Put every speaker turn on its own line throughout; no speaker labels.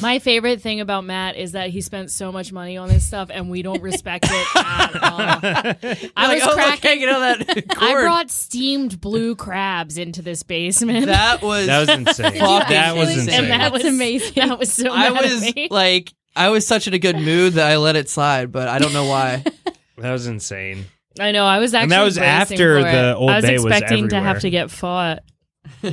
My favorite thing about Matt is that he spent so much money on this stuff and we don't respect it at all. I was
like, oh, look,
cracking.
hanging on that
I
cord."
brought steamed blue crabs into this basement.
that was
That was insane.
Fucking
that was
insane.
insane.
And that was
That's
amazing. That was so
I
mad at
was
me.
like I was such in a good mood that I let it slide, but I don't know why.
that was insane.
I know. I was actually.
And that was
bracing
after
for it.
the Old
I was
Bay was
expecting to
everywhere.
have to get fought.
All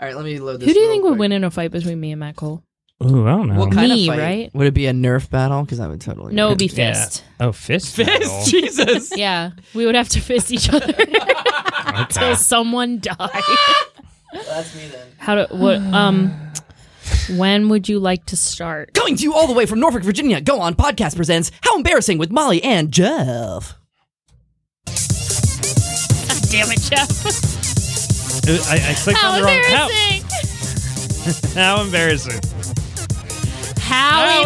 right, let me load this.
Who do you
real
think
quick.
would win in a fight between me and Matt Cole?
Ooh, I don't know.
What kind
Me,
of fight?
right?
Would it be a Nerf battle? Because I would totally.
No, it'd be
Yeah.
fist.
oh, fist. battle.
fist. Jesus.
Yeah, we would have to fist each other until
Okay.
someone died.
That's me then.
How do what? Um, when would you like to start?
Coming to you all the way from Norfolk, Virginia. Go on podcast presents How Embarrassing with Molly and Jeff.
Damn it, Jeff!
I, I clicked
How
on the wrong tab.
embarrassing!
How embarrassing.
How,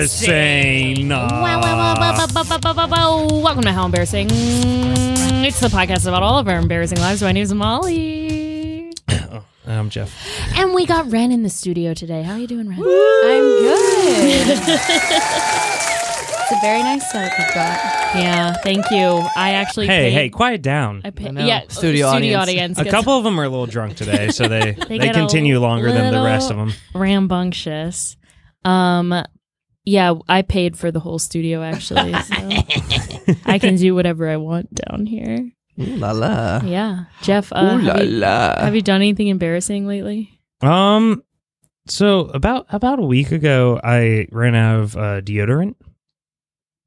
embarrassing.
Wow, wow, wow, wow, wow, wow, wow, wow, wow. Welcome to How Embarrassing. It's the podcast about all of our embarrassing lives. My name's Molly.
I'm Um, Jeff.
And we got Ren in the studio today. How you doing, Ren?
I'm good. it's a very nice setup you've got.
Yeah, thank you. I actually
Hey,
paid-
hey, quiet down.
I paid,
know.
yeah,
Studio
studio
audience.
audience.
A
gets
couple of them are a little drunk today, so they they,
get a
continue longer than the rest of them.
rambunctious. Um, yeah, I paid for the whole studio actually, so I can do whatever I want down here.
Ooh la la.
Yeah, Jeff. Uh,
Ooh la
have, you,
la.
have you done anything embarrassing lately?
Um, so about about a week ago, I ran out of uh, deodorant.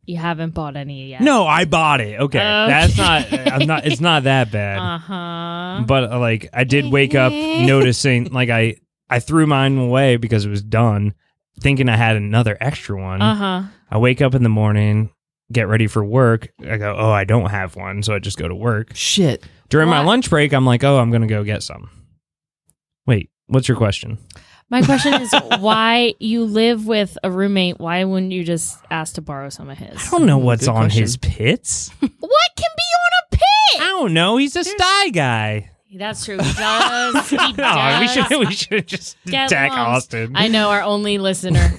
You haven't bought any yet.
No, I bought it. Okay, that's not. I'm not. It's not that bad.
Oh, Uh huh.
But uh, like, I did wake up noticing like I I threw mine away because it was done, thinking I had another extra one.
Uh huh.
I wake up in the morning, get ready for work. I go, oh, I don't have one, so I just go to work.
Shit.
During my
What?
lunch break, I'm like, oh, I'm gonna go get some. Wait, what's your question?
My question is, why you live with a roommate? Why wouldn't you just ask to borrow some of his?
I don't know what's
good
on
question.
his pits.
What can be on a
I
pit?
don't know. He's a sty guy.
That's true. He does. He
No, Oh, we
does.
should we should just
Get
attack
lost.
Austin.
I know our only listener.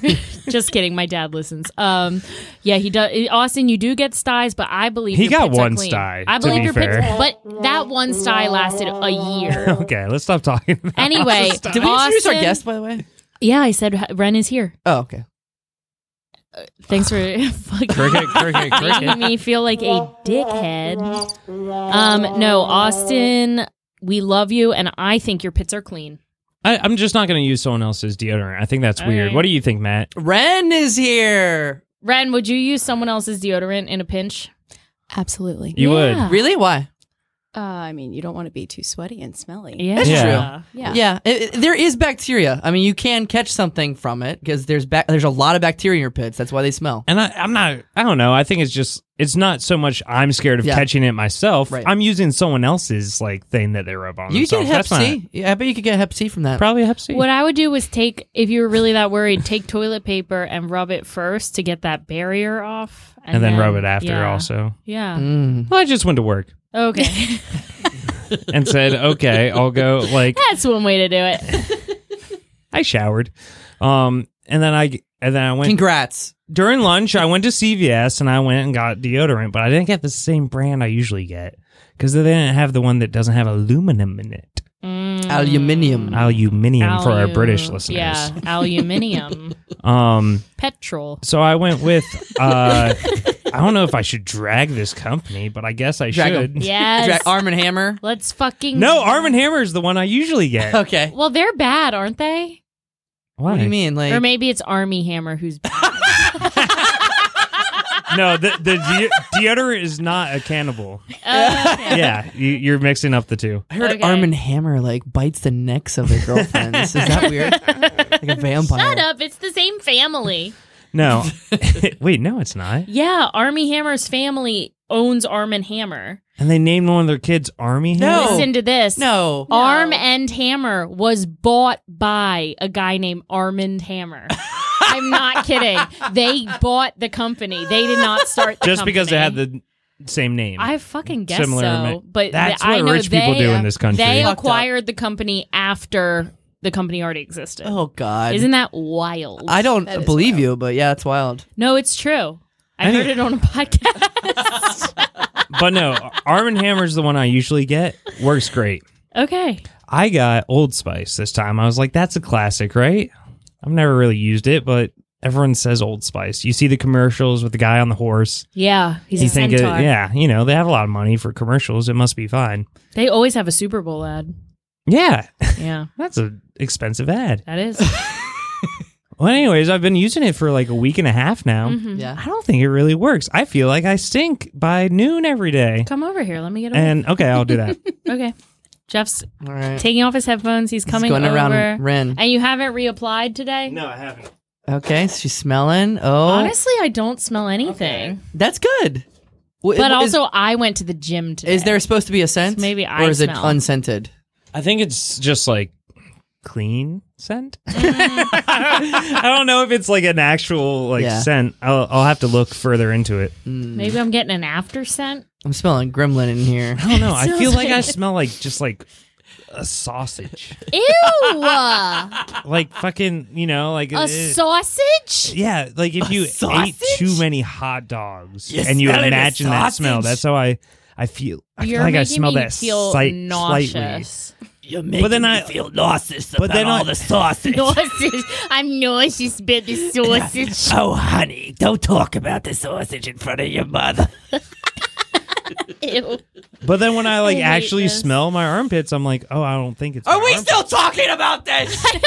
Just kidding, my dad listens. Um, yeah, he does. Austin, you do get styes, but I believe
He
your
got
pits are
one
clean.
sty,
I
to
believe
be
your
fair.
pits, but that one sty lasted a year.
okay, let's stop talking. About
Anyway,
Austin.
Did we introduce our
Austin-
guest, by the way?
Yeah, I said Ren is here.
Oh, okay.
Thanks for fucking
cricket, cricket,
making
cricket.
me feel like a dickhead. Um, no, Austin, we love you, and I think your pits are clean.
I, I'm just not going to use someone else's deodorant. I think that's
All
weird.
right.
What do you think, Matt?
Ren is here.
Ren, would you use someone else's deodorant in a pinch?
Absolutely.
You
Yeah.
Really? Why?
Uh, I mean, you don't want to be too sweaty and smelly.
Yeah,
That's
Yeah.
Yeah.
Yeah, it, it- there is bacteria. I mean, you can catch something from it because there's ba- there's a lot of bacteria in your pits. That's why they smell.
And I, I'm not. I don't know. I think it's just. It's not so much. I'm scared of
Yeah.
catching it myself.
Right.
I'm using someone else's like thing that they rub on.
You get
themselves.
Hep
That's not-
C. Yeah, I bet you could get Hep C from that.
Probably Hep C.
What I would do was take, if you were really that worried, take toilet paper and rub it first to get that barrier off,
and then, rub it after
yeah.
also.
Yeah.
Mm.
Well, I just went to work
Okay.
and said, "Okay, I'll go." Like
That's one way to do it.
I showered, um, and then I and then I went
Congrats.
during lunch. I went to CVS and I went and got deodorant, but I didn't get the same brand I usually get because they didn't have the one that doesn't have aluminum in it.
Mm.
Aluminium.
Aluminium for our
Alu-
British listeners.
Yeah. Aluminium.
Um.
Petrol.
So I went with. Uh, I don't know if I should drag this company, but I guess I
Drag 'em.
should.
Yes.
Dra- Arm and Hammer.
Let's fucking.
No, Arm and Hammer is the one I usually get.
Okay.
Well, they're bad, aren't they?
Why?
What do you mean? Like
Or maybe it's Army Hammer who's bad.
No, the the de- deodorant is not a cannibal.
Oh, okay.
Yeah, you, you're mixing up the two.
I heard
Okay.
Arm and Hammer like bites the necks of their girlfriends. Is that weird? Like a vampire.
Shut up. It's the same family.
No, wait, no, it's not.
Yeah. Army Hammer's family owns Arm and Hammer.
And they named one of their kids Army.
No.
Hammer?
Listen to this.
No.
Arm and Hammer was bought by a guy named Armand Hammer. I'm not kidding. They bought the company. They did not start the
just because they had
company.
the same name.
I fucking guess
Similar
so.
ma-
but
That's
th- I
what
know
rich
they,
people do in this country.
They
Fucked up.
acquired the company after the company already existed.
Oh God.
Isn't that wild?
I don't
That is
believe
wild.
you, but yeah, it's wild.
no, it's true. I
Any-
heard it on a podcast.
But no, Arm & Hammer's the one I usually get. Works great.
okay.
I got Old Spice this time. I was like, that's a classic, right? I've never really used it, but everyone says Old Spice. You see the commercials with the guy on the horse.
Yeah, he's
you
a
think, it,
centaur.
yeah, you know, they have a lot of money for commercials. It must be fine.
They always have a Super Bowl ad.
Yeah,
Yeah,
that's an expensive ad.
that is.
Well, anyways, I've been using it for like a week and a half now.
Mhm.
Yeah.
I don't think it really works. I feel like I stink by noon every day.
Come over here. Let me get away.
And okay, I'll do that.
okay. Jeff's
All right.
taking off his headphones. He's coming
going
over.
around Ren.
And you haven't reapplied today?
no, I haven't.
Okay, so she's smelling. Oh,
Honestly, I don't smell anything.
that's good. W-
But
is-
also, I went to the gym today.
is, there supposed to be a scent?
Maybe I
or is
smell.
it unscented?
I think it's just like clean scent. I don't know if it's like an actual like
Yeah.
scent. I'll, I'll have to look further into it.
Maybe I'm getting an after scent.
I'm smelling gremlin in here.
I don't know. I
Sounds
feel like I
like-
smell like just like a sausage,
Ew! a
like fucking you know like eh,
sausage?
Yeah, like if you
sausage?
ate too many hot dogs
You
and you
smell it, a
imagine that smell.
sausage?
That's how I I feel. I
You're
feel like
making
I smell
me
that
feel
slight, slightly.
nauseous.
You're
But then I-
feel nauseous
but then I-
sausage.
Nauseous. I'm nauseous about the sausage.
oh, honey, don't talk about the sausage in front of your mother.
Ew.
But then when I like
hate
actually
this.
smell my armpits, I'm like, oh, I don't think it's.
Are
my
we
armpits.
still talking about this?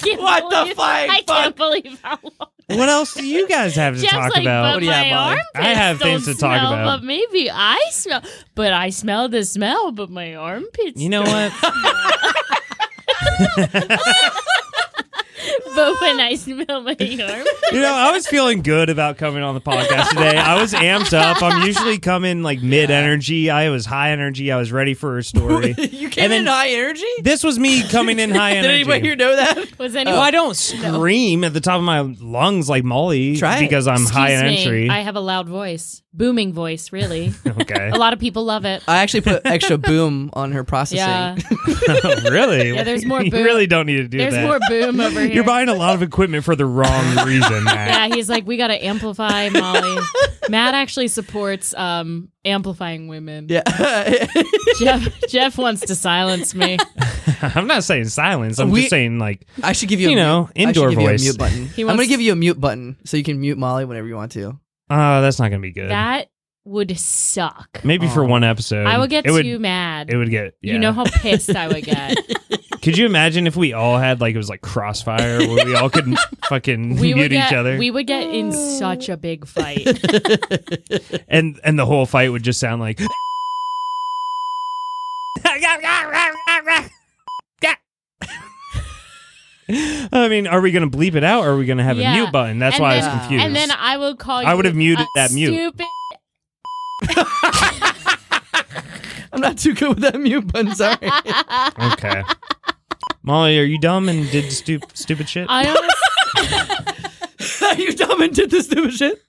What
what
the fuck,
I
fuck?
can't believe how long.
What else do you guys have to
Jeff's
talk
like,
about?
but
What do you
my
have, Molly?
armpits
I have
don't
things to talk
smell,
about.
But maybe I smell. But I smell the smell, but my armpits.
you know what?
don't. But when I smell my armpits.
You know, I was feeling good about coming on the podcast today. I was amped up. I'm usually coming like mid energy. I was high energy. I was ready for a story.
you came
then-
in high energy.
this was me coming in high
Did
energy.
anybody here know that?
Was
Well,
anyone
I don't scream at the top of my lungs like Molly
Try it.
because I'm high
Excuse me,
entry.
I have a loud voice, booming voice, really.
okay.
a lot of people love it.
I actually put extra boom on her processing.
Yeah,
really?
Yeah, there's more
You
boo-
really don't need to do
there's
that.
more boom over here.
You're buying a lot of equipment for the wrong reason, Matt.
yeah, he's like, we got to amplify Molly. Matt actually supports um, amplifying women.
Yeah.
Jeff, Jeff wants to silence me.
I'm not saying silence. I'm
We-
just saying like
I should give you,
You
a
know,
mute. I should
indoor
give
voice.
You a mute button.
He
I'm
wants-
gonna give you a mute button so you can mute Molly whenever you want to.
Oh, that's not gonna be good.
That would suck.
Maybe for one episode.
I would get
it
too
would,
mad.
It would get. yeah.
You know how pissed I would get.
Could you imagine if we all had like it was like crossfire where we all could fucking
We would
mute
get,
each other,
We would get in such a big fight.
and and the whole fight would just sound like. I mean, are we gonna bleep it out? or Are we gonna have
Yeah.
a mute button? That's
And
why I
then-
was confused.
And then I would call you.
I would have muted
a
that mute.
Stupid
I'm not too good with that mute button. Sorry.
okay, Molly, are you dumb and did stu- stupid shit?
I honestly,
you dumb and did this stupid shit.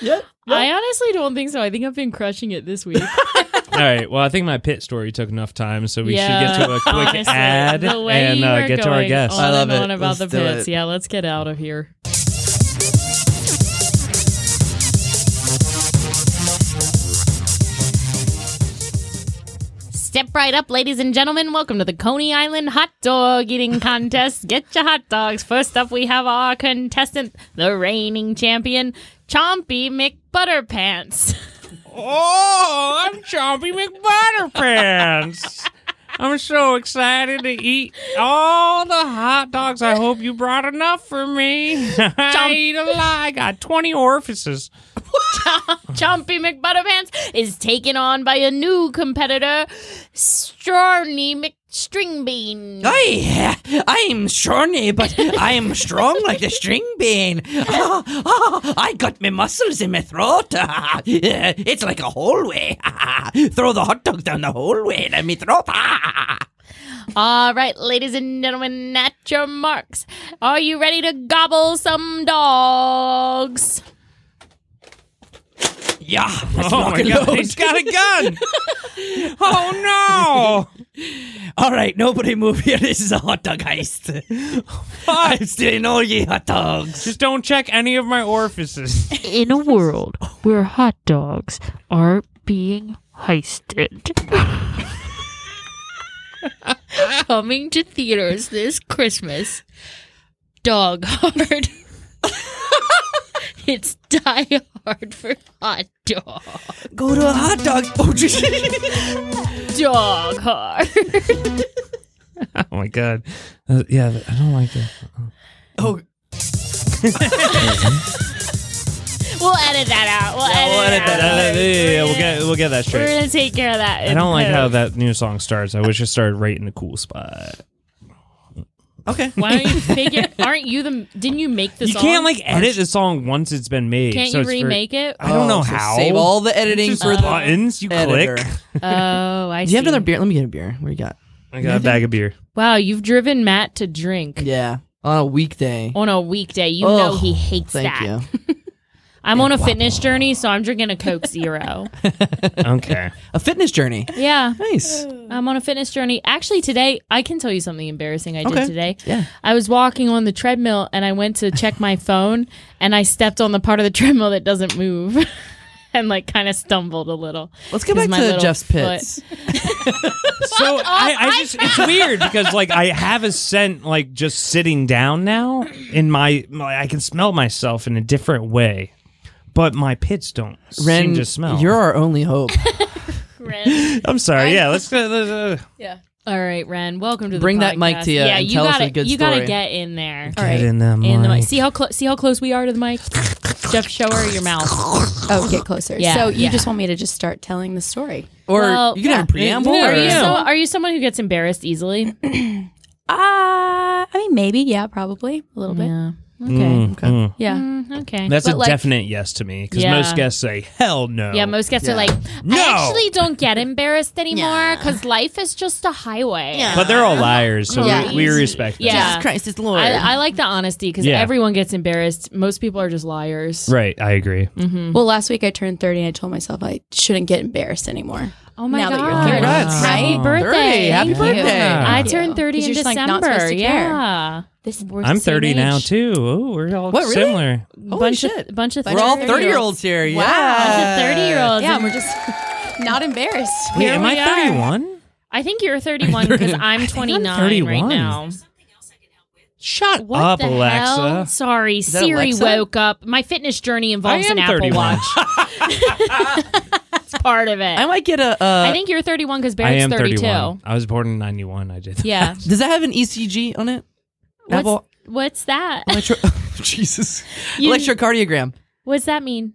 Yep.
I honestly don't think so. I think I've been crushing it this week.
All right. Well, I think my pit story took enough time, so we
Yeah,
should get to a quick
honestly,
ad
the way
and
you
uh,
were
get to our
going
guest.
On
I love
and
it.
On about
Let's
the
do
pits.
it.
Yeah, let's get out of here. Step right up, ladies and gentlemen. Welcome to the Coney Island Hot Dog Eating Contest. Get your hot dogs. First up, we have our contestant, the reigning champion, Chompy McButterpants.
Oh, I'm Chompy McButterpants. I'm so excited to eat all the hot dogs. I hope you brought enough for me. I eat a lot. I got 20 orifices.
Chompy McButterpants is taken on by a new competitor, Strawny McStringbean.
Oh. I I'm shorny, but I am strong like the string bean. Ah, ah, I got my muscles in my throat. Ah, yeah, it's like a hallway. Ah, Throw the hot dog down the hallway and me throat. Ah.
All right, ladies and gentlemen, at your marks, are you ready to gobble some dogs?
Yeah. let's
Oh
rock
my
and
god,
load.
he's got a gun. oh
All right, nobody move here. This is a hot dog heist. I'm stealing all ye hot dogs.
Just don't check any of my orifices.
in a world where hot dogs are being heisted.
Coming to theaters this Christmas. Dog Hard. it's Die Hard for hot dog.
Go to a hot dog. Oh, geez.
Dog Hard.
oh my god. Uh, yeah, I don't like that.
oh,
We'll edit that out. We'll edit, that out.
we'll get we'll get that
We're
straight.
gonna take care of that.
I
in
don't like
post.
how that new song starts. I wish it started right in the cool spot.
okay.
Why don't you figure? Aren't you the? Didn't you make the
You
song?
can't like edit the song once it's been made.
Can't
so
you
it's very-
remake it?
I don't know
so
how.
Oh, Save all the editing
Just
for the
buttons you
editor.
click.
Oh, I.
Do you have
see.
another beer? Let me get a beer. What do you got?
I got a bag of beer.
Wow, you've driven Matt to drink
Yeah, on a weekday.
on a weekday. You know
Oh,
Oh, he hates
Thank
that.
you.
I'm on a fitness journey, so I'm drinking a Coke Zero.
Okay.
A fitness journey.
yeah,
Nice.
I'm on a fitness journey. Actually, today I can tell you something embarrassing I did
Okay.
today.
Yeah.
I was walking on the treadmill and I went to check my phone and I stepped on the part of the treadmill that doesn't move. And like, kind of stumbled a little.
Let's get
'Cause
back
my
to
little
Jeff's
foot-
pits.
So I, I just it's weird because like I have a scent like just sitting down now in my, my I can smell myself in a different way. But my pits don't seem
Ren,
to smell.
you're our only hope.
Ren.
I'm sorry. Yeah, let's. Uh, let's uh,
Yeah. All right, Ren. Welcome to the
Bring that mic
podcast.
to you
Yeah,
and
you
tell us
gotta,
a good
you gotta
story.
get in there.
All right.
get in them.
in the mic. See how close. See how close we are to the mic. Jeff, show her your mouth.
Oh, get closer.
Yeah,
so you
yeah.
just want me to just start telling the story?
Or
Well,
you can have a preamble.
Are you,
or-
so, are you someone who gets embarrassed easily?
Uh, I mean, maybe. Yeah, probably a little bit.
Yeah. Okay.
Yeah.
Mm, okay.
That's
But,
a
like-
definite yes to me because
Yeah.
most guests say hell no.
yeah, most guests are like,
No!
I actually don't get embarrassed anymore because life is just a highway.
but they're all liars, so
Yeah.
we, we respect.
Yeah.
That.
Jesus Christ is Lord.
I, I like the honesty because
Yeah.
everyone gets embarrassed. Most people are just liars.
Right, I agree.
Well, last week I turned 30 and I told myself I shouldn't get embarrassed anymore.
Oh my
Now that
god!
you're 30.
Congrats.
Happy
Wow.
birthday!
30. Happy
Thank you.
birthday.
I
Thank you.
turned thirty
'Cause
in
you're just,
December.
like, not supposed to care.
Yeah,
This
I'm 30 now too. Oh, we're all
What, really?
similar.
Holy
bunch
shit.
of bunch of
We're all 30 year olds here. Yeah.
thirty year olds.
Yeah, we're just not embarrassed.
Wait,
Here
am
we
I
are.
31?
I think you're 31 because I'm 29 right
31.
now.
Shut
What
up,
the
Alexa.
hell? Sorry,
that
Siri
Alexa?
woke up. My fitness journey
I
involves
am
an Apple
31.
Watch. It's part of it.
I might get a. Uh,
I think you're 31 because
I
Barrett's
am
32.
31. I was born in 91. I did.
Yeah.
does that have an ECG on it?
What's,
Apple-
what's that?
Electro- Jesus.
You-
Electrocardiogram.
What's that mean?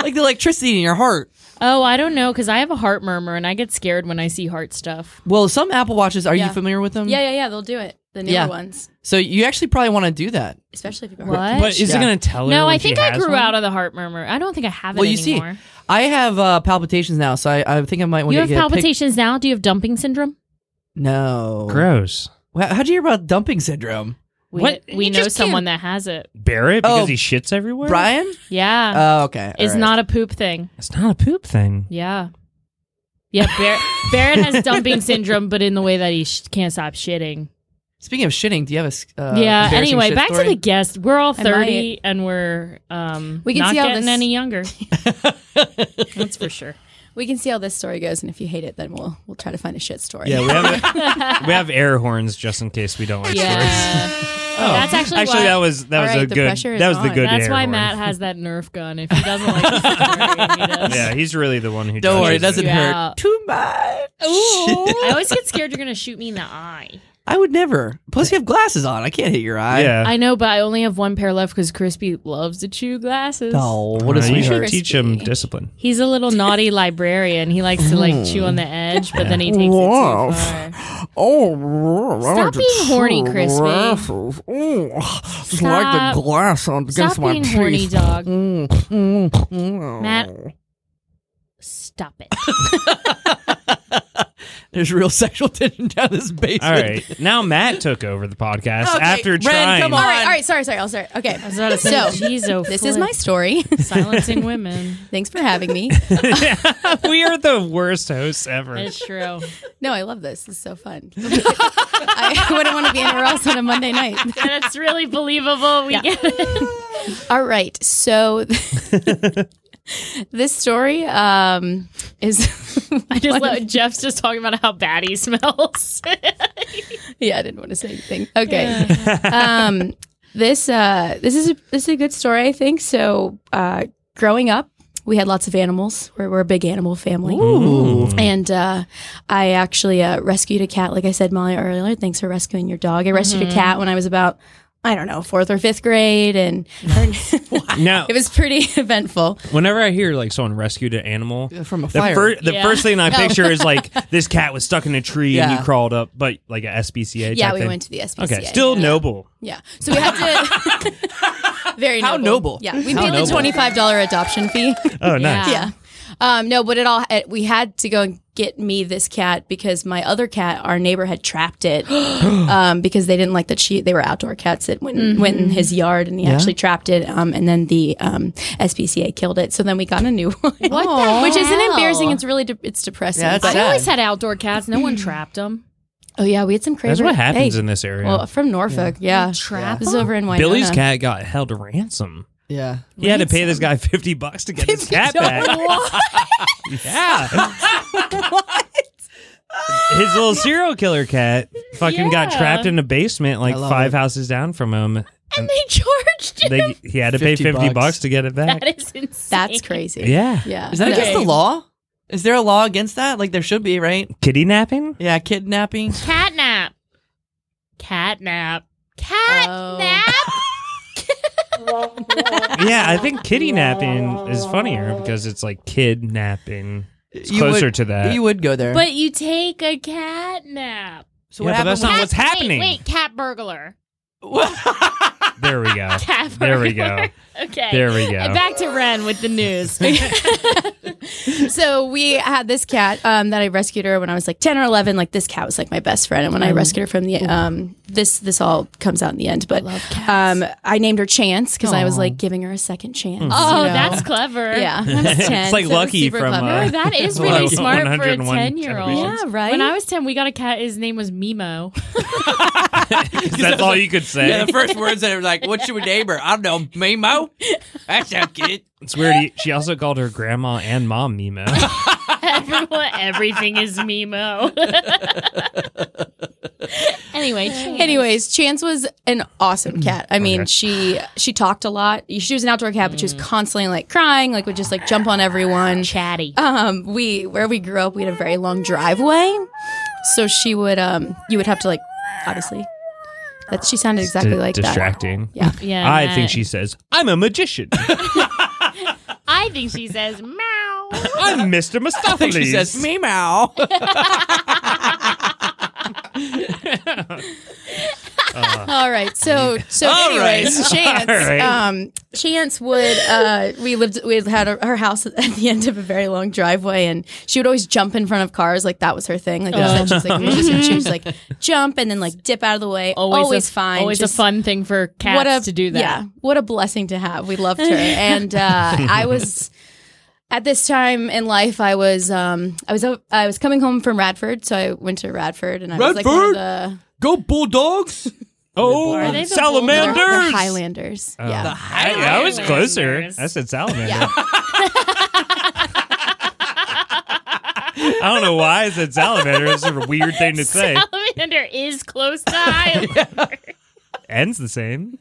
Like the electricity in your heart.
Oh, I don't know because I have a heart murmur and I get scared when I see heart stuff.
Well, some Apple Watches, are
Yeah.
you familiar with them?
Yeah, Um, yeah, yeah. They'll do it. The newer
Yeah.
ones,
So you actually probably want to do that.
especially if you've
What?
heard.
But is
Yeah.
it going to tell her?
no,
when
I
she
think I
has
grew
one?
out of the heart murmur. I don't think I have
Well,
it
you
anymore.
see, I have uh, palpitations now, so I, I think I might want
you
to
have
get a pic-
palpitations now? Do you have dumping syndrome?
No.
Oh. Gross.
Wha- How'd you hear about dumping syndrome?
We,
What?
we
You
know
just can't-
someone that has it.
Barrett because
Oh.
he shits everywhere?
Brian?
Yeah.
Uh,
Oh, okay.
is
All right.
um, not a poop thing.
It's not a poop thing.
Yeah. Yeah, Bar- Barrett has dumping syndrome, but in the way that he sh- can't stop shitting.
Speaking of shitting, do you have a. s- Uh,
yeah.
embarrassing
Anyway,
shit
back
story?
to the guest. We're all
I
thirty, and we're um,
We can
not
see how
getting
this-
any younger. That's for sure.
We can see how this story goes, and if you hate it, then we'll we'll try to find a shit story.
Yeah, we have we have air horns just in case we don't like stories.
That's actually,
Actually,
why,
that was that
All
was a
right, the
good
pressure is
that was the
on.
good.
that's
air
why
horn.
Matt has that Nerf gun. If he doesn't like the story, he does.
Yeah, he's really the one who.
Don't worry, it
judges
doesn't
Yeah.
hurt too much.
Ooh. I always get scared you're gonna shoot me in the eye.
I would never. Plus, you have glasses on. I can't hit your eye.
Yeah.
I know, but I only have one pair left because Crispy loves to chew glasses.
Oh, what
Uh,
a
you
sweetheart.
should teach him discipline.
He's a little naughty librarian. He likes to like chew on the edge, but then he takes it
Wow.
too far.
Oh,
Stop being horny, Crispy.
just
like the Stop.
glass on
Stop being horny, dog. mm. Matt, stop it.
There's real sexual tension down this basement.
All right. Now Matt took over the podcast
Okay,
after
Ren,
trying.
come
All
on.
right, all right. Sorry, sorry. I'll start. Okay.
about to say,
So,
geez, oh,
This is
flip.
my story.
silencing women.
Thanks for having me.
we are the worst hosts ever.
It's true.
No, I love this. It's so fun. I wouldn't want to be anywhere else on a Monday night.
That's really believable. We get it.
All right. So this story um, is
I just love Jeff's just talking about how bad he smells.
yeah, I didn't want to say anything. Okay. um, this uh, this is a, this is a good story, I think. So, uh, growing up, we had lots of animals. We're, we're a big animal family. And uh, I actually uh, rescued a cat, like I said, Molly earlier. Thanks for rescuing your dog. I rescued a cat when I was about. I don't know, fourth or fifth grade, and it
Now,
was pretty eventful.
whenever I hear like someone rescued an animal
From a
The,
fire.
fir- the
Yeah.
first thing I picture is like this cat was stuck in a tree and
Yeah.
you crawled up, but like a SPCA.
Yeah,
type
we
thing.
went to the SPCA.
Okay, still
yeah.
noble.
Yeah, so we had to. Very
How
noble.
noble.
Yeah, we
How
paid the
noble.
twenty five dollar adoption fee.
Oh, nice.
yeah. Um, no, but it all it, we had to go and get me this cat because my other cat, our neighbor, had trapped it um, because they didn't like that she they were outdoor cats that went went in his yard and he actually trapped it. Um, and then the um, SPCA killed it. So then we got a new one,
the
which isn't
hell?
embarrassing. It's really de- it's depressing.
Yeah, that's
But-
I
sad.
always had outdoor cats. No one trapped them.
oh yeah, we had some crazy.
That's what happens
hey,
in this area.
well from Norfolk. Yeah,
Trap
this is over in Wyoming.
Billy's cat got held ransom.
yeah.
He had to pay this guy fifty bucks to get his cat back. Yeah. His little serial killer cat fucking got
Yeah.
trapped in a basement like
I love
five
it.
houses down from him.
And they charged him.
They, he had to pay
50
fifty bucks.
bucks.
to get it back.
That is insane.
That's crazy.
yeah.
Yeah.
Is that
No.
against the law? Is there a law against that? Like there should be, right?
Kidnapping?
Yeah, kidnapping.
Catnap. Catnap. Catnap.
yeah, I think kidnapping is funnier because it's like kidnapping. It's
You would-
closer to that.
You would go there.
But you take a cat nap.
so what
Yeah, but
happened?
that's not what's
Cat-
happening.
Wait, wait, cat burglar.
There we go.
Cat burglar.
There we go.
Okay.
There we go.
And back to Ren with the news.
so we had this cat um, that I rescued her when I was like ten or eleven. Like this cat was like my best friend, and when
Mm.
I rescued her from the um, this this all comes out in the end. But
love
um, I named her Chance because I was like giving her a second chance.
Mm.
oh,
you know?
that's clever.
yeah. I was 10,
It's like
so it was
Lucky
super
from,
clever.
Oh,
uh,
that is
Well,
really smart for a
101
ten-year-old.
Yeah,
right?
When I was ten, we got a cat. His name was Mimo.
That's all you could say.
yeah, the first words that are like, "What's your neighbor?" I don't know, Mimo. That sounds good.
It's weird. He, she also called her grandma and mom Mimo.
Everyone, everything is Mimo. anyway,
Anyways, Chance was an awesome cat. I mean,
Mm. Okay. Mm.
she she talked a lot. She was an outdoor cat, but she was constantly like crying, like would just like jump on everyone.
chatty.
um we where we grew up we had a very long driveway so she would um you would have to like obviously that she sounded exactly
Di-
like
distracting.
that yeah
yeah,
I
that-
think she says, I'm a magician.
I think she says meow.
I'm Mr.
I
Mistopheles.
think she says Mimo.
all right so so
All
anyways
right.
chance
All right.
um chance would uh we lived we had a, her house at the end of a very long driveway and she would always jump in front of cars like that was her thing like I said, she was like
Uh-huh.
magician. she was like jump and then like dip out of the way always,
a,
fine
Always
just-
a fun thing for cats to do that.
Yeah, what a blessing to have. We loved her, and uh, I was at this time in life. I was um, I was I was coming home from Radford, so I went to Radford, and I was like one of the,
Radford? Go Bulldogs.
Are
Oh,
they the
they're
salamanders.
the Highlanders.
Oh,
yeah,
I, I was closer.
Highlanders.
I said salamander.
Yeah.
I don't know why I said salamander. It's a weird thing to say.
Salamander is close to Highland.
Ends the same.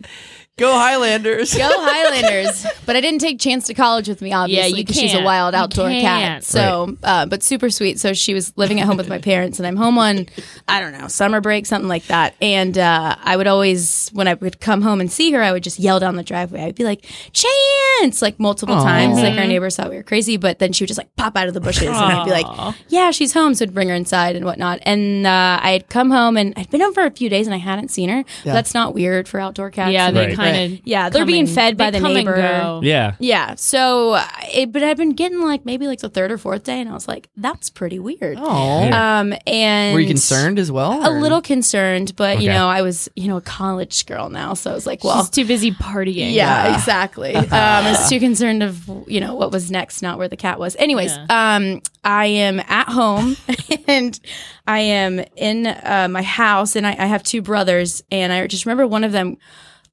Go Highlanders.
go Highlanders. But I didn't take Chance to college with me, obviously,
Yeah, you
because she's a
can't.
wild
You
outdoor
can't.
cat. So, uh, but super sweet. So she was living at home with my parents, and I'm home on, I don't know, summer break, something like that. And uh, I would always, when I would come home and see her, I would just yell down the driveway. I'd be like, Chance, like multiple times. Like our neighbors thought we were crazy, but then she would just like pop out of the bushes, and I'd be like, Yeah, she's home. So I'd bring her inside and whatnot. And uh, I had come home, and I'd been home for a few days, and I hadn't seen her. But that's not weird for outdoor cats.
Yeah, they
Right.
kind gonna
yeah, they're
come
being
and-
fed by
they
the
come and
neighbor.
go.
Yeah.
Yeah. So, uh, it, but I've been getting like maybe like the third or fourth day, and I was like, that's pretty weird.
Oh.
Yeah.
Um, and
Were you concerned as well?
A
or-
little concerned, but you
Okay.
know, I was you know a college girl now, so I was like, well,
She's too busy partying.
yeah, exactly. um, I was too concerned of you know what was next, not where the cat was. Anyways, um, I am at home and I am in uh, my house, and I, I have two brothers, and I just remember one of them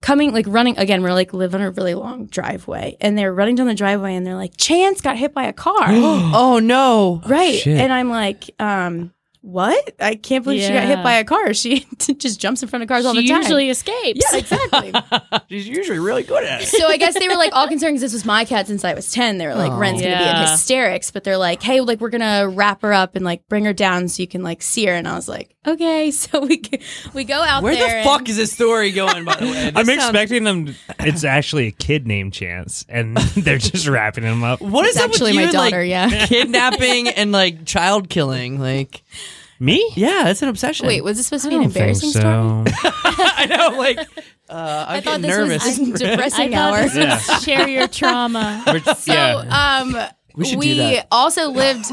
coming like running again. We're like live on a really long driveway, and they're running down the driveway, and they're like, "Chance got hit by a car."
Oh no.
right
shit.
and i'm like um what i can't believe she got
Yeah.
hit by a car she just jumps in front of cars all the
She
time
usually escapes.
yeah exactly
She's usually really good at it.
so i guess they were like all concerned because this was my cat since i was 10 they were like
Aw.
ren's gonna be
Yeah.
in hysterics but they're like hey like we're gonna wrap her up and like bring her down so you can like see her and i was like okay so we g- we go out
Where
there
the
and-
fuck is this story going, by the way?
I'm
This sounds-
expecting them. It's actually a kid named Chance, and they're just wrapping him up.
What is
It's
up with
actually
you
my
and,
daughter,
like,
yeah.
kidnapping and like child killing? Like,
Me?
yeah, that's an obsession.
wait was this supposed to be an embarrassing story
I know. Like, uh, I'm
i thought
getting
this
nervous.
was a
I
depressing
thought
hour
this was share your trauma.
So um
We
we,
should do that.
also lived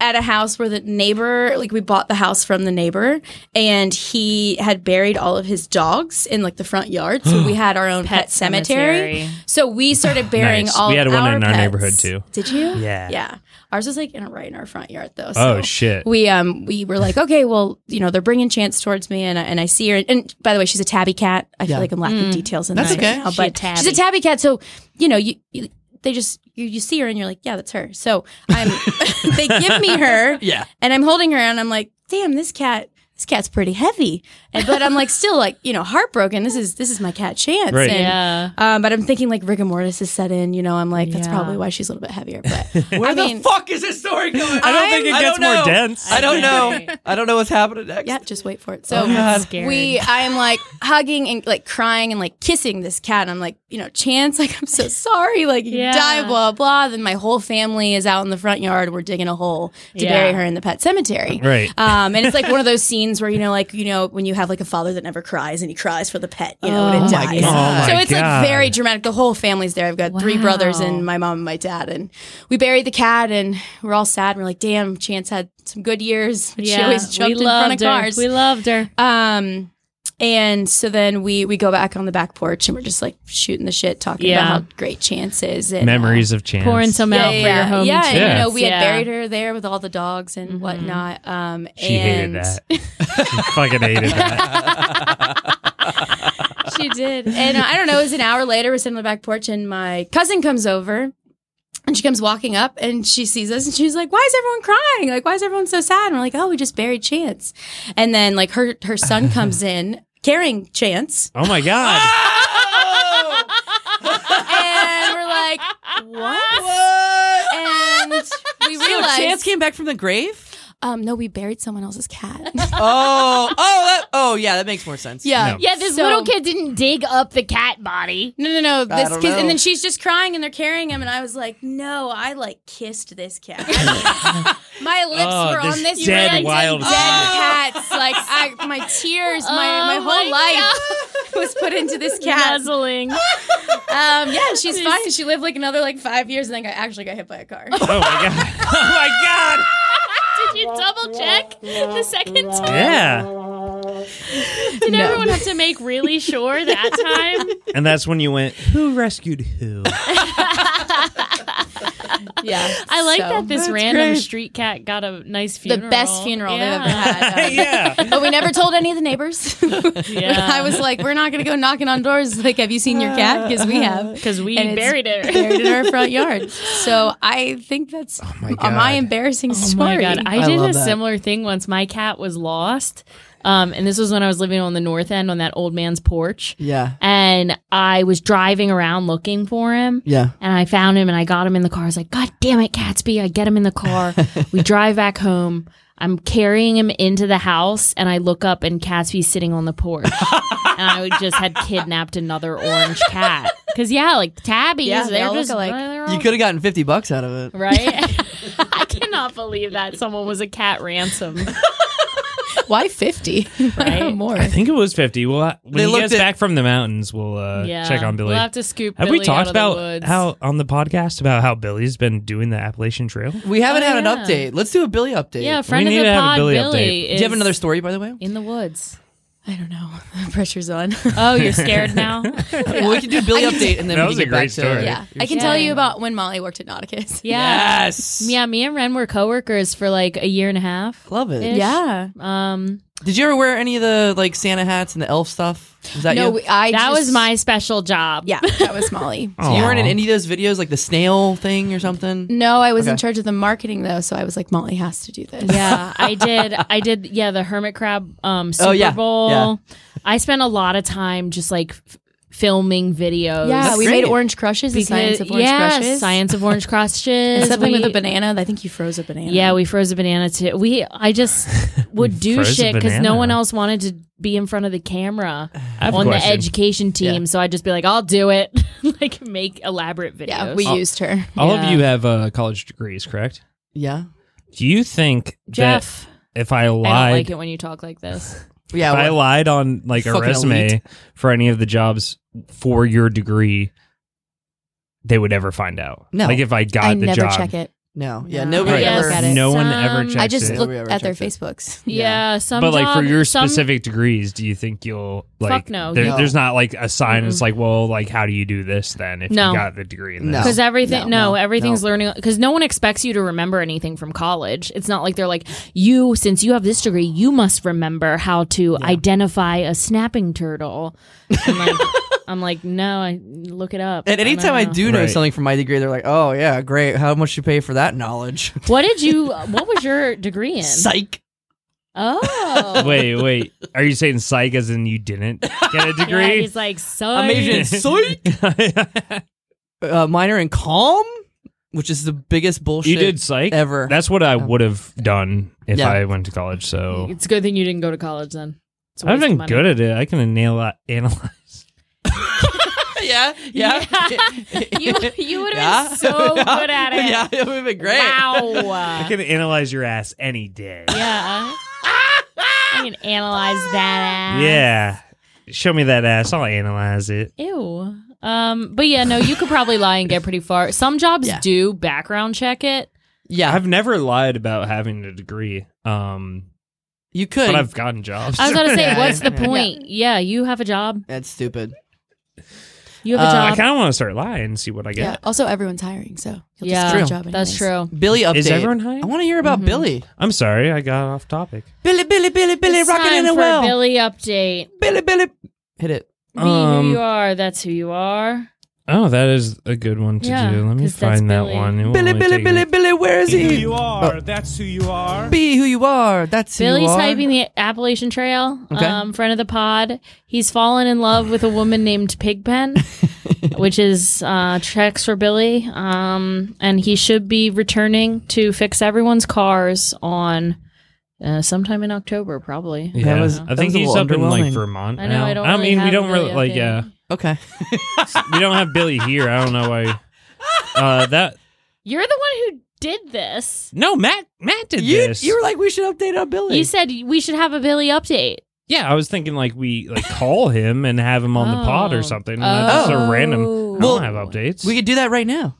at a house where the neighbor like we bought the house from the neighbor and he had buried all of his dogs in like the front yard so we had our own pet, cemetery.
cemetery.
so we started burying
Nice.
all
We had one
our
in our
pets.
neighborhood, too.
did you
Yeah.
yeah ours was like in right in our front yard though so
Oh shit.
we um we were like okay well you know they're bringing chance towards me and I, and I see her and, and by the way she's a tabby cat I
Yeah.
feel like I'm lacking details in
That's
this
okay.
right now
She a
but
tabby.
she's a tabby cat so you know you, you they just you, you see her and you're like yeah that's her so I'm they give me her
Yeah.
and I'm holding her and I'm like damn this cat this cat's pretty heavy and, but I'm like still like you know heartbroken this is this is my cat chance
Right.
and
Yeah.
um, but I'm thinking like rigor mortis is set in you know I'm like that's
Yeah.
probably why she's a little bit heavier but
Where
I
the
mean-
fuck is this story going?
I don't think it
I
gets
don't
more
know.
dense.
I don't know.
Right.
I don't know what's happening next.
yeah just wait for it so
I'm scared.
we i am like hugging and like crying and like kissing this cat and i'm like you know chance like i'm so sorry like you
Yeah.
die blah blah then my whole family is out in the front yard we're digging a hole to
Yeah.
bury her in the pet cemetery
Right.
um and it's like one of those scenes where you know like you know when you have like a father that never cries and he cries for the pet you know when it dies
God. Oh
so
my
it's
God.
like very dramatic the whole family's there i've got three
Wow.
brothers and my mom and my dad and we buried the cat and we're all sad and we're like damn chance had some good years but she
Yeah.
always jumped
we
in front
loved
of
her.
cars
We loved her.
um, and so then we we go back on the back porch and we're just like shooting the shit, talking
Yeah.
about how great Chance is and
Memories of Chance.
Pouring some
Uh, yeah,
out
yeah,
for your
yeah.
home.
yeah. and,
Yeah.
you know, we
Yeah. Mm-hmm.
had buried her there with all the dogs and whatnot. Um,
She
and
hated that. she fucking hated that.
she did. And uh, I don't know, it was an hour later. We're sitting on the back porch, and my cousin comes over. And she comes walking up and she sees us and she's like, Why is everyone crying? Like, why is everyone so sad? And we're like, Oh, we just buried Chance. And then, like, her, her son comes in carrying Chance.
Oh my god.
Oh,
and we're like, what?
What?
And we realized,
Oh, Chance came back from the grave.
um, no, we buried someone else's cat.
Oh, oh, that, oh, yeah, that makes more sense.
No.
Yeah, this
So-
little kid didn't dig up the cat body.
No, no, no. This
don't
kid,
know.
and then she's just crying, and they're carrying him, and I was like, "No, I like kissed this cat. my lips
Oh,
were
this
on this
dead
random
wild
dead
cat.
cat's like I, my tears, my my
Oh,
whole
my
life was put into this cat.
Nuzzling.
Um, yeah, she's fine. She lived like another like five years, and then got, actually got hit by a car.
Oh my god. Oh my god.
Did you double check the second time?
Yeah.
Did everyone have to make really sure that time?
And that's when you went. Who rescued who?
yeah,
I like
so-
that this random street cat got a nice
the
funeral.
best funeral
Yeah.
they've ever had. Um,
yeah.
But we never told any of the neighbors.
Yeah.
I was like, we're not going to go knocking on doors. Like, have you seen your cat? Because we have.
Because we
And it's
buried her.
Buried in our front yard. So I think that's uh, my,
God.
embarrassing
Oh
story.
my god! I,
I
did
love
a
that.
similar thing once. My cat was lost, um, and this was when I was living on the north end on that old man's porch.
Yeah.
And I was driving around looking for him.
Yeah.
And I found him and I got him in the car. I was like, God damn it, Gatsby. I get him in the car. we drive back home. I'm carrying him into the house and I look up and Gatsby's sitting on the porch. and I just had kidnapped another orange cat. Because, yeah, like tabbies,
Yeah, they
they're
all look
just
alike.
they're
You
all-
could have gotten 50 bucks out of it.
Right? I cannot believe that someone was a cat ransom.
Why 50?
Right.
More.
I think it was 50. Well, I- when
They
he
looked
gets
at-
back from the mountains, we'll uh,
yeah.
check on Billy.
We'll have to scoop.
Have
Billy
we talked
out of the
about
woods.
how on the podcast about how Billy's been doing the Appalachian Trail?
We haven't
Oh,
had an
yeah.
update. Let's do a Billy update.
Yeah, friend
need
of
to
the
have a
pod,
Billy
Billy.
update.
is
Do you have another story, by the way?
in the woods?
I don't know. The pressure's on.
Oh, you're scared now.
Well, we can do Billy update and then
That
we
was
can
a
get
great
back
story.
to
yeah. I can tell you about when Molly worked at Nauticus.
Yeah.
Yes.
Yeah, me and Ren were coworkers for like a year and a half.
Love it.
Yeah.
Yeah.
Um,
Did you ever wear any of the like Santa hats and the elf stuff? Was that
No,
you?
we- I
that
just-
was Oh. my special job.
Yeah, that was Molly.
you weren't in
Aw.
any of those videos, like the snail thing or something.
No, I was in
Okay.
charge of the marketing though, so I was like, Molly has to do this.
Yeah, I did. I did. Yeah, the hermit crab um,
Oh,
Super
yeah,
Bowl.
yeah.
I spent a lot of time just like f- filming videos.
Yeah,
That's
we
great.
made orange crushes. the
because
science of orange
yeah,
crushes.
science of orange crushes.
Something with
We-
a banana. I think you froze a banana.
Yeah, we froze a banana too. We I just would do
froze a
shit because no
banana.
one else wanted to be in front of the camera
I have a
on the
question.
education team. So I'd just be like, I'll do it. like make elaborate videos.
Yeah, we used her.
All
Yeah.
of you have uh, college degrees, correct?
Yeah.
Do you think
Jeff.
that if I lied,
I don't like it when you talk like this.
Yeah.
if I
well,
lied on like a
Fucking
resume
elite.
for any of the jobs for your degree, they would ever find out?
No.
Like if I got
I
the
never
job,
check it.
no. Yeah.
No.
Nobody
Right.
ever.
Yes. Got it.
no one ever
Some-
checks
I just
it.
it.
looked
Nobody ever
at their
checked it.
Facebooks.
Yeah, some
but like for
job-
your
some-
specific degrees, do you think you'll like?
no,
there-
you-
There's not like a sign. It's
Mm-mm.
like, well, like how do you do this then? If
No.
you got the degree in
No.
this,
Because everything,
No,
no,
no,
everything's
no.
learning. Because no one expects you to remember anything from college. It's not like they're like, you, since you have this degree, you must remember how to identify a snapping turtle. I'm like, I'm like no, I look it up.
And anytime I
don't know.
do know
Right.
something from my degree, they're like, "Oh yeah, great. How much you pay for that knowledge?"
What did you, what was your degree in?
Psych.
Oh.
wait, wait. Are you saying psych as in you didn't get a
Oh, Yeah,
degree?
he's like, so.
I majored in psych. Uh, minor in calm, which is the biggest bullshit.
you did psych
ever.
That's what I would have done if
Yeah.
I went to college. So
It's a good thing you didn't go to college then. It's a
Oh. I've
waste of
been
money.
good at it. I can nail that, analyze.
yeah. Yeah.
you you would have
Yeah.
been so good at it.
Yeah, it would have been great.
I
Wow.
can analyze your ass any day.
Yeah. I can analyze that ass.
Yeah. Show me that ass. I'll analyze it.
Ew. Um, but yeah, no, you could probably lie and get pretty far. Some jobs
Yeah.
do background check it.
Yeah,
I've never lied about having a degree, um,
you could.
but I've gotten jobs.
I was gonna say,
Yeah.
what's the
Yeah.
point? Yeah. you have a job.
That's stupid.
You have a
Uh,
I
job.
kind of want to start lying and see what I
Yeah.
get.
Also, everyone's hiring, so you'll
Yeah.
just get
True.
a job.
That's
anyways.
true.
Billy update.
Is everyone high?
I want to hear about
Mm-hmm.
Billy.
I'm sorry, I got off topic.
Billy, Billy, Billy, Billy,
It's
rocking
time
in a
for
well.
Billy update.
Billy, Billy, hit it.
Be
Um,
who you are. That's who you are.
Oh, that is a good one to
Yeah,
do. Let me
'cause that's
find that
Billy.
one. It will
Billy,
only
Billy,
Oh, take
Billy,
me-
Billy, Oh. where is
Who
he?
you are, that's who you are.
Be who you are. That's who
Billy's
you are.
hyping the Appalachian Trail.
Okay.
Um, friend of the pod. He's fallen in love with a woman named Pigpen, which is uh, tracks for Billy. Um, and he should be returning to fix everyone's cars on uh, sometime in October, probably.
Yeah,
That was-
I
that
think
was a
he's
little
up in like
underwhelming.
Vermont.
I know.
now.
I don't.
I
really
mean,
have
we
a
don't really
Billy
like.
update.
Yeah,
Okay.
we don't have Billy here. I don't know why. Uh, that
You're the one who did this.
no, Matt. Matt did
you,
this.
you were like, we should update on Billy.
You said we should have a Billy update.
yeah, I was thinking like we like call him and have him on the pod
Oh.
or something. And that's just
Oh.
a random. I
Well,
don't have updates.
we could do that right now.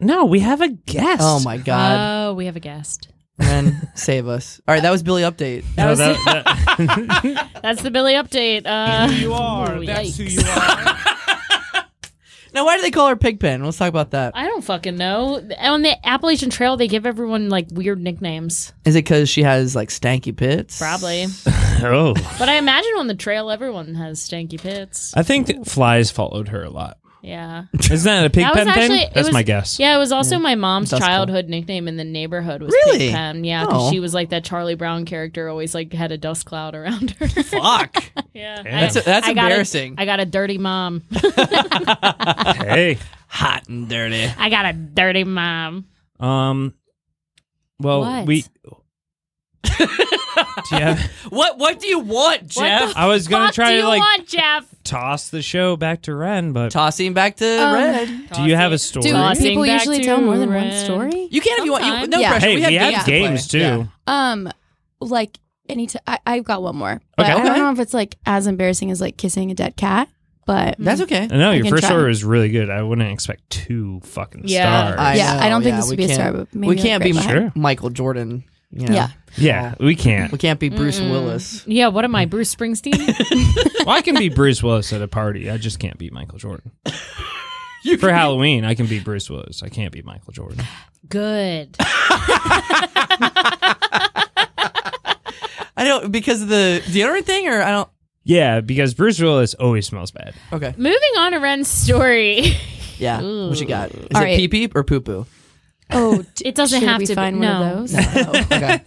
no, we have a guest.
Oh my God.
Oh, we have a guest.
Ren, save us. All right, that was Billy update.
That
No,
was
that- that-
That's the Billy update. Uh,
Who you
ooh,
are, that's who you
yikes.
are.
Now, why do they call her Pigpen? Let's talk about that.
I don't fucking know. On the Appalachian Trail, they give everyone like weird nicknames,
Is it because she has like stanky pits?
probably.
oh,
but I imagine on the trail, everyone has stanky pits.
I think that flies followed her a lot.
Yeah,
Isn't that a pig
That was
pen
actually-
thing?
it
That's
was-
my guess.
yeah. It was also my mom's
That's cool.
childhood nickname in the neighborhood was
Really?
Pig Pen. Yeah, because
Oh.
she was like that Charlie Brown character, always like had a dust cloud around her.
Fuck.
yeah,
That's
I-
a-
that's
I got a-
embarrassing.
I got a dirty mom.
Hey.
Hot and dirty.
I got a dirty mom.
Um. Well,
What?
we. Do you have-
What What do you want, Jeff?
I was gonna
Fuck
try
do
to
you
like
want, Jeff?
toss the show back to Ren, but
Tossing back to
Oh,
Red.
do you have a story?
Um, Do
Tossing
people
back
usually
to
tell more than one
Ren.
story?
You can if you want. You,
Sometimes.
no
Yeah. Mm-hmm.
pressure.
hey, we
games,
have,
to play.
games too.
Yeah.
Um, like anytime. I, I've got one more. But
Okay.
I don't
Okay.
know if it's like as embarrassing as like kissing a dead cat, but
That's okay.
No, your
can
first
try.
order is really good. I wouldn't expect two fucking
Yeah.
stars.
I
yeah,
know,
I don't think
yeah,
this
we
would be a star,
can't-
but maybe
We
like
can't be
Grandma.
Sure.
Michael Jordan. you know.
Yeah. Mm.
yeah, we can't.
We can't be Bruce Willis.
Yeah, what am I, Bruce Springsteen?
well, I can be Bruce Willis at a party. I just can't be Michael Jordan. For Halloween, I can be Bruce Willis. I can't be Michael Jordan.
Good.
I don't because of the deodorant thing, or I don't.
Yeah, because Bruce Willis always smells bad.
Okay.
Moving on to Ren's story.
Yeah. What you got? Is
All
it
right.
pee pee or poo poo?
Oh, d-
It doesn't
should
have
we
to be-
find one
no.
of those. Oh,
Okay.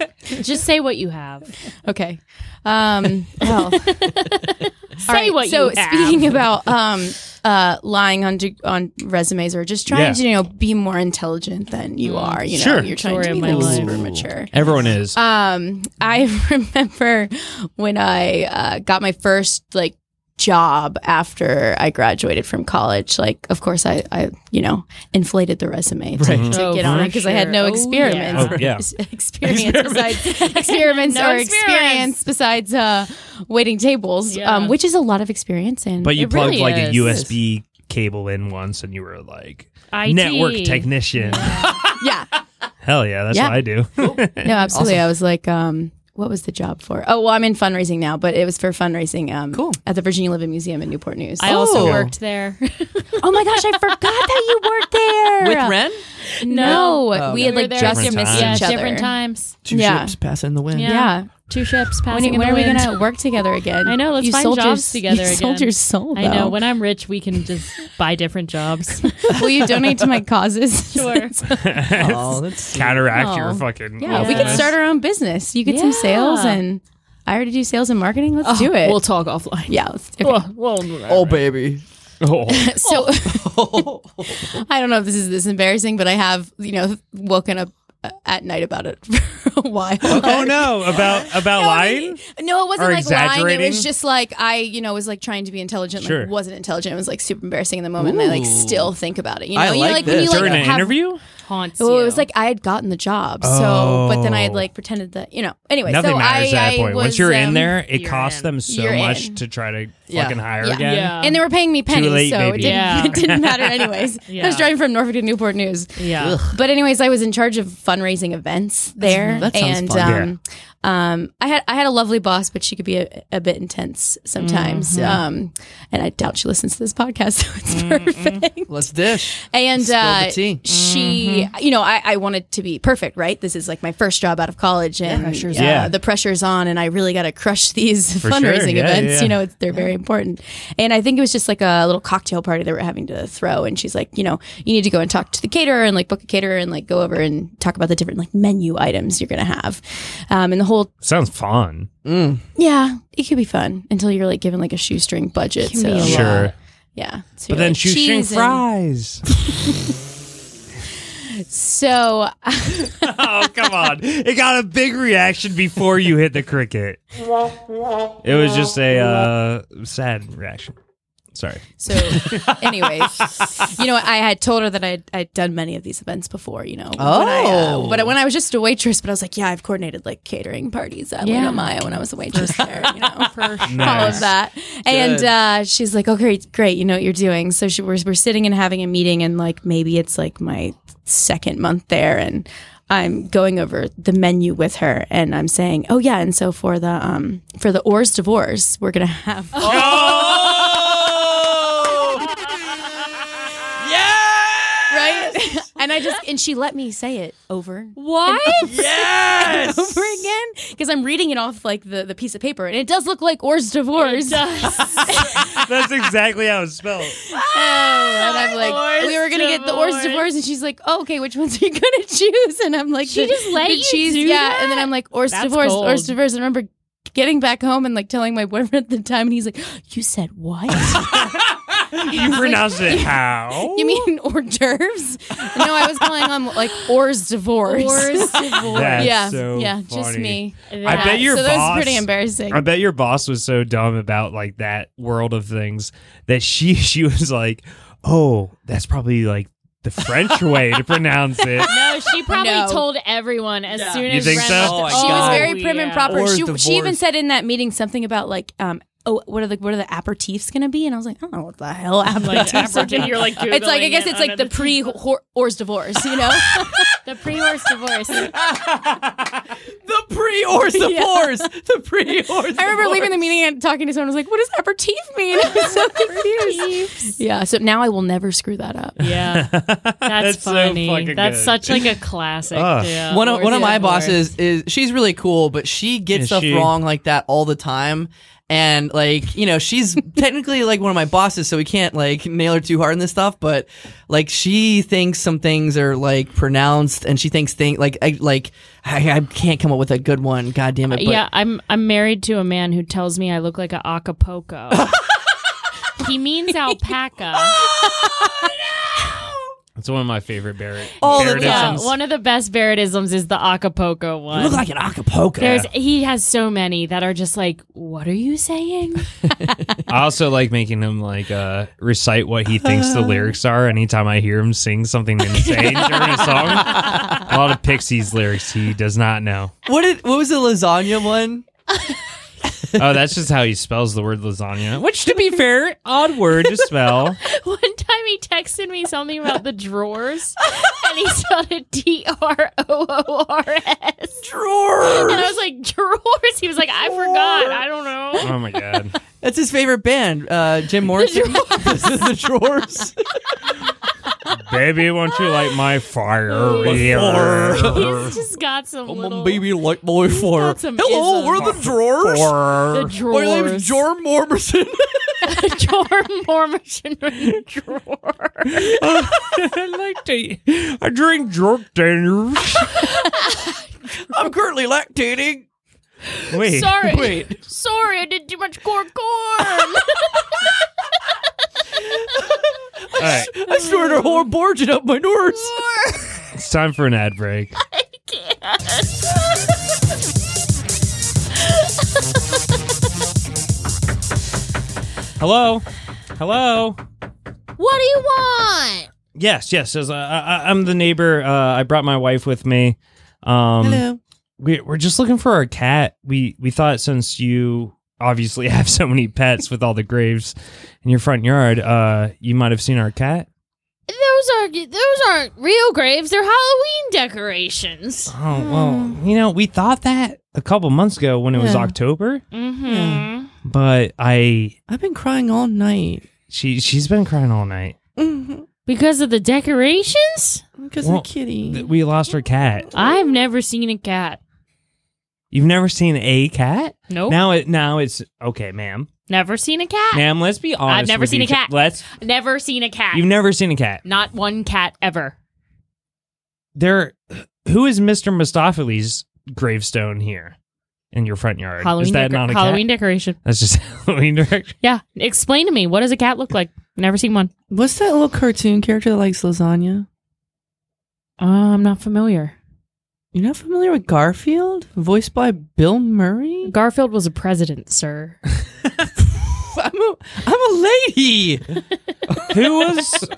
Just say what you have.
Okay. Um, well,
Say what
so
you have.
speaking about um, uh, lying on d- on resumes or just trying
Yeah.
to you know be more intelligent than you are, you know,
Sure.
you're trying
Mm. Story
to
of
be
my
like,
life.
super mature.
Everyone is.
Um, I remember when I uh, got my first like job after I graduated from college. Like, of course, I, I you know inflated the resume to,
Mhm.
Right.
to
Oh,
get on
for
it because I had no
sure. Oh,
experiments.
yeah. Oh, yeah.
Ex- Experience besides experiments
No
or
experience.
experience besides uh, waiting tables,
Yeah.
um, which is a lot of experience and
but you
it
plugged
really
like
is.
a USB cable in once and you were like
IT.
network technician.
yeah,
Hell yeah, that's
Yeah.
what I do.
no, absolutely. I was like, um, what was the job for? Oh, well, I'm in fundraising now, but it was for fundraising um,
Cool.
at the Virginia Living Museum in Newport News.
I also
Oh.
worked there.
Oh my gosh, I forgot that you worked there.
With Ren,
No,
Oh, okay.
we had like
We're there
just
different
missed
times.
each
yeah,
other.
different times.
two
Yeah.
ships passing the wind.
Yeah.
Yeah.
Two ships
When,
passing.
when
in
are
the
we
wind.
gonna work together again?
I know, let's
you
find
sold your,
jobs together
You sold
again.
your soul.
I know.
though.
When I'm rich, we can just buy different jobs.
Will you donate to my causes?
Sure.
Oh, that's
Counteract your
Oh.
fucking.
yeah, we could
Yes.
start our own business. You could do sales,
Yeah. Oh,
and I already do sales and marketing. Let's do it.
We'll talk offline.
yeah. Let's do it.
oh baby.
Oh.
So
Oh.
I don't know if this is this embarrassing, but I have you know woken up uh, at night about it for a while.
oh no, about about
I
lying.
mean, No, it
Or
wasn't like lying. It
exaggerating?
was just like I, you know, was like trying to be intelligent.
Sure.
Like wasn't intelligent. It was like super embarrassing in the moment. And I like
Ooh.
still think about it. You know,
I
you
like
like when you
this.
like
During an
have-
interview?
Haunts
Well,
you.
it was like I had gotten the job, so but then I had
Oh.
like pretended that you know. Anyway,
Nothing
so
matters at
I,
that
I
point.
was,
Once you're in
um,
there, it
you're
costs
in.
them so
You're
much
in.
to try to
Yeah.
fucking hire
Yeah.
again.
Yeah.
and they were paying me pennies,
late,
so it
baby.
didn't,
Yeah.
it didn't matter anyways. I
Yeah.
was driving from Norfolk to Newport News.
yeah.
But anyways, I was in charge of fundraising events there,
That sounds fun.
and um, um, I had I had a lovely boss, but she could be a, a bit intense sometimes.
Mm-hmm.
Um, and I doubt she listens to this podcast, so it's
Mm-hmm.
perfect.
Let's dish.
And
Spill the
uh,
tea.
she,
Mm-hmm.
you know, I, I wanted to be perfect, right? This is like my first job out of college, and
pressure's
uh,
on. Yeah.
the pressure's on, and I really got to crush these
sure.
fundraising
Yeah,
events.
yeah.
You know, it's, they're very important. And I think it was just like a little cocktail party they were having to throw, and she's like, you know, you need to go and talk to the caterer and like book a caterer and like go over and talk about the different like menu items you're gonna have, um, and the whole
Sounds fun.
yeah, it could be fun until you're like given like a shoestring budget.
Can
so
be a lot.
Sure.
yeah, so
But
you're,
then
like,
shoestring
cheese and-
fries.
So
oh, come on. It got a big reaction before you hit the cricket. It was just a uh, sad reaction. Sorry.
So, anyways, you know, I had told her that I'd, I'd done many of these events before, you know. When I,
Oh.
uh, but when I was just a waitress, but I was like, yeah, I've coordinated like catering parties at
Yeah.
Luna Maya when I was a waitress there, you know. All
Nice.
of that. And uh, she's like, oh, great, great. You know what you're doing. So she, we're, we're sitting and having a meeting, and like maybe it's like my second month there. And I'm going over the menu with her, and I'm saying, oh, yeah. And so for the, um, for the Oars divorce, we're going to have.
Oh. yeah.
right? and I just and she let me say it over
What?
Yes.
over again because I'm reading it off like the the piece of paper, and it does look like Or's divorce.
That's exactly how it's spelled.
Oh, and I'm like, we were gonna get the Or's divorce, and she's like, oh, okay, which ones are you gonna choose? And I'm like, she
just let you
cheese,
do
yeah.
that?
And then I'm like, Or's
That's
divorce, Or's
cold.
divorce. And I remember getting back home and like telling my boyfriend at the time, and he's like, you said what?
You pronounced it how?
you mean hors d'oeuvres? no, I was calling on like Or's divorce.
Or's divorce.
That's
Oh, yeah,
so
yeah, just
funny.
me.
I bet your
so that
boss.
was pretty embarrassing.
I bet your boss was so dumb about like that world of things that she she was like, "Oh, that's probably like the French way to pronounce it.
No, she probably
No.
told everyone as soon
You
as
think
Ren
so?
left.
Oh my
she was
God.
very prim and
yeah.
proper.
Or
She,
divorce.
she even said in that meeting something about like, um, oh, what are the what are the aperitifs going to be? And I was like, I don't know what the hell aperitifs. are.
Something you're like
it's like I
Googling
guess
it
it's like
under
the pre horse divorce, you know?
the pre-horse divorce.
The pre or divorce. The pre or
I remember leaving the meeting and talking to someone. I was like, "What does aperitif mean?" I was so confused. Yeah, so now I will never screw that up.
Yeah, that's,
That's so
funny.
fucking
that's
good.
such like a classic.
Ugh.
yeah,
one of
horse
one of my
divorce.
bosses is she's really cool, but she gets
Is
stuff
she?
wrong like that all the time. And like you know, she's technically like one of my bosses, so we can't like nail her too hard in this stuff. But like, she thinks some things are like pronounced, and she thinks things like I like I, I can't come up with a good one. God damn it! But
yeah, I'm I'm married to a man who tells me I look like a Acapulco. he means alpaca.
Oh,
It's one of my favorite Barrett.
All the
Oh, yeah,
Barrettisms.
one of the best Barrettisms is the Acapulco one.
Look like an Acapulco.
There's he has so many that are just like, what are you saying?
I also like making him like uh, recite what he thinks the lyrics are. Anytime I hear him sing something insane during a song, a lot of Pixies lyrics he does not know.
what did what was the lasagna one?
Oh, that's just how he spells the word lasagna, which, to be fair, odd word to spell.
One time he texted me something about the drawers, and he spelled it D R O O R S.
Drawer.
And I was like, drawers? He was like, I forgot. I don't know.
Oh my god.
That's his favorite band, uh, Jim Morrison. the drawers.
Baby, won't you light my fire?
He's just got some little
like boy for
got some
Hello, we're the
isms.
drawers.
the
My name is
drawers.
Jorm Morrison.
Jorm Mormon drawer.
I like to. I drink drunk dinners.
I'm currently lactating.
Wait,
Sorry,
Wait.
sorry, I did too much corn corn.
all right,
I snorted a whole borgin up my nose.
it's time for an ad break. Hello, hello.
what do you want?
Yes, yes. yes, I, I, I'm the neighbor. Uh, I brought my wife with me. Um,
Hello.
We, we're just looking for our cat. We we thought since you obviously have so many pets with all the graves in your front yard, uh, you might have seen our cat.
Those are those aren't real graves. They're Halloween decorations.
Oh well,
Hmm.
you know, we thought that a couple months ago when it was October,
Mm-hmm.
but I
I've been crying all night Mm-hmm.
she she's been crying all night.
Because of the decorations,
because
Well,
of kitty.
Th- We lost our cat.
I've never seen a cat.
You've never seen a cat?
Nope,
Now it now it's okay, ma'am.
never seen a cat.
Ma'am, let's be honest.
Ah. never
with
seen a
each-
cat. Ah.
Let's.
Never seen a cat.
You've never seen a cat.
Not one cat ever.
There. Who is Mister Mistopheles' gravestone here in your front yard?
Halloween,
is that
decor-
not a
Halloween
cat?
decoration.
That's just Halloween direction.
Yeah, explain to me what does a cat look like? Never seen one.
What's that little cartoon character that likes lasagna?
Uh, I'm not familiar.
You're not familiar with Garfield, voiced by Bill Murray?
Garfield was a president, sir.
I'm a, I'm a lady.
Who was?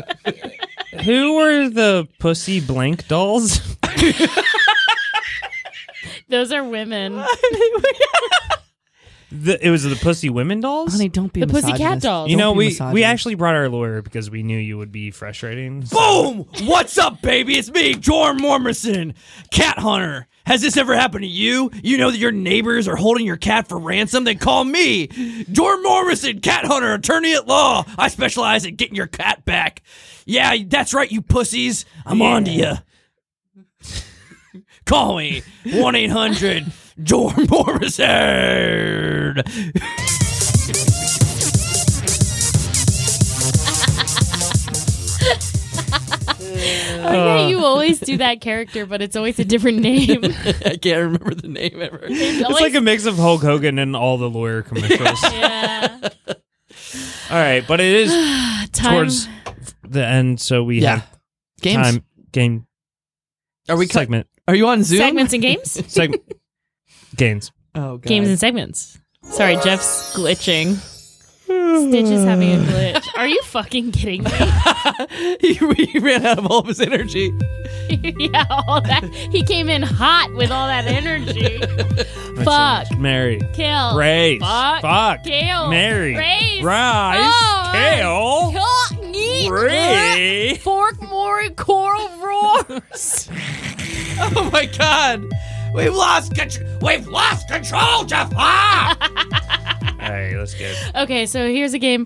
who were the pussy blank dolls?
Those are women.
The, it was the pussy women dolls.
Honey, don't be
The
a misogynist.
Pussycat Dolls.
you know,
Don't be
we
misogynist.
we actually brought our lawyer because we knew you would be frustrating. so-
Boom! What's up, baby? It's me, Jorm Morrison, cat hunter. Has this ever happened to you? You know that your neighbors are holding your cat for ransom? Then call me, Jorm Morrison, cat hunter, attorney at law. I specialize in getting your cat back. Yeah, that's right, you pussies. I'm on to you. Call me 1 800 Jorm Morrison.
I
Uh.
bet you always do that character, but it's always a different name.
I can't remember the name ever.
It's
It's like a mix of Hulk Hogan and all the lawyer commercials.
yeah.
All right, but it is
time.
towards the end, so we
Yeah.
have
Games.
time game
Are we? Cut-
segment
are you on Zoom?
Segments and games?
segment gains.
Oh, God.
Games and segments. Sorry, Jeff's glitching. Stitch is having a glitch. Are you fucking kidding me?
he, he ran out of all of his energy.
yeah, all that. He came in hot with all that energy. Fuck.
Mary.
Kill.
Raise.
Fuck.
Fuck.
Kill.
Mary.
Raise.
Rise.
Oh,
Kill.
Kill. Eat.
Raise.
Fork more coral roars.
Oh my god.
We've lost control. We've lost control, Jafar.
Hey, let's go.
okay, so here's a game.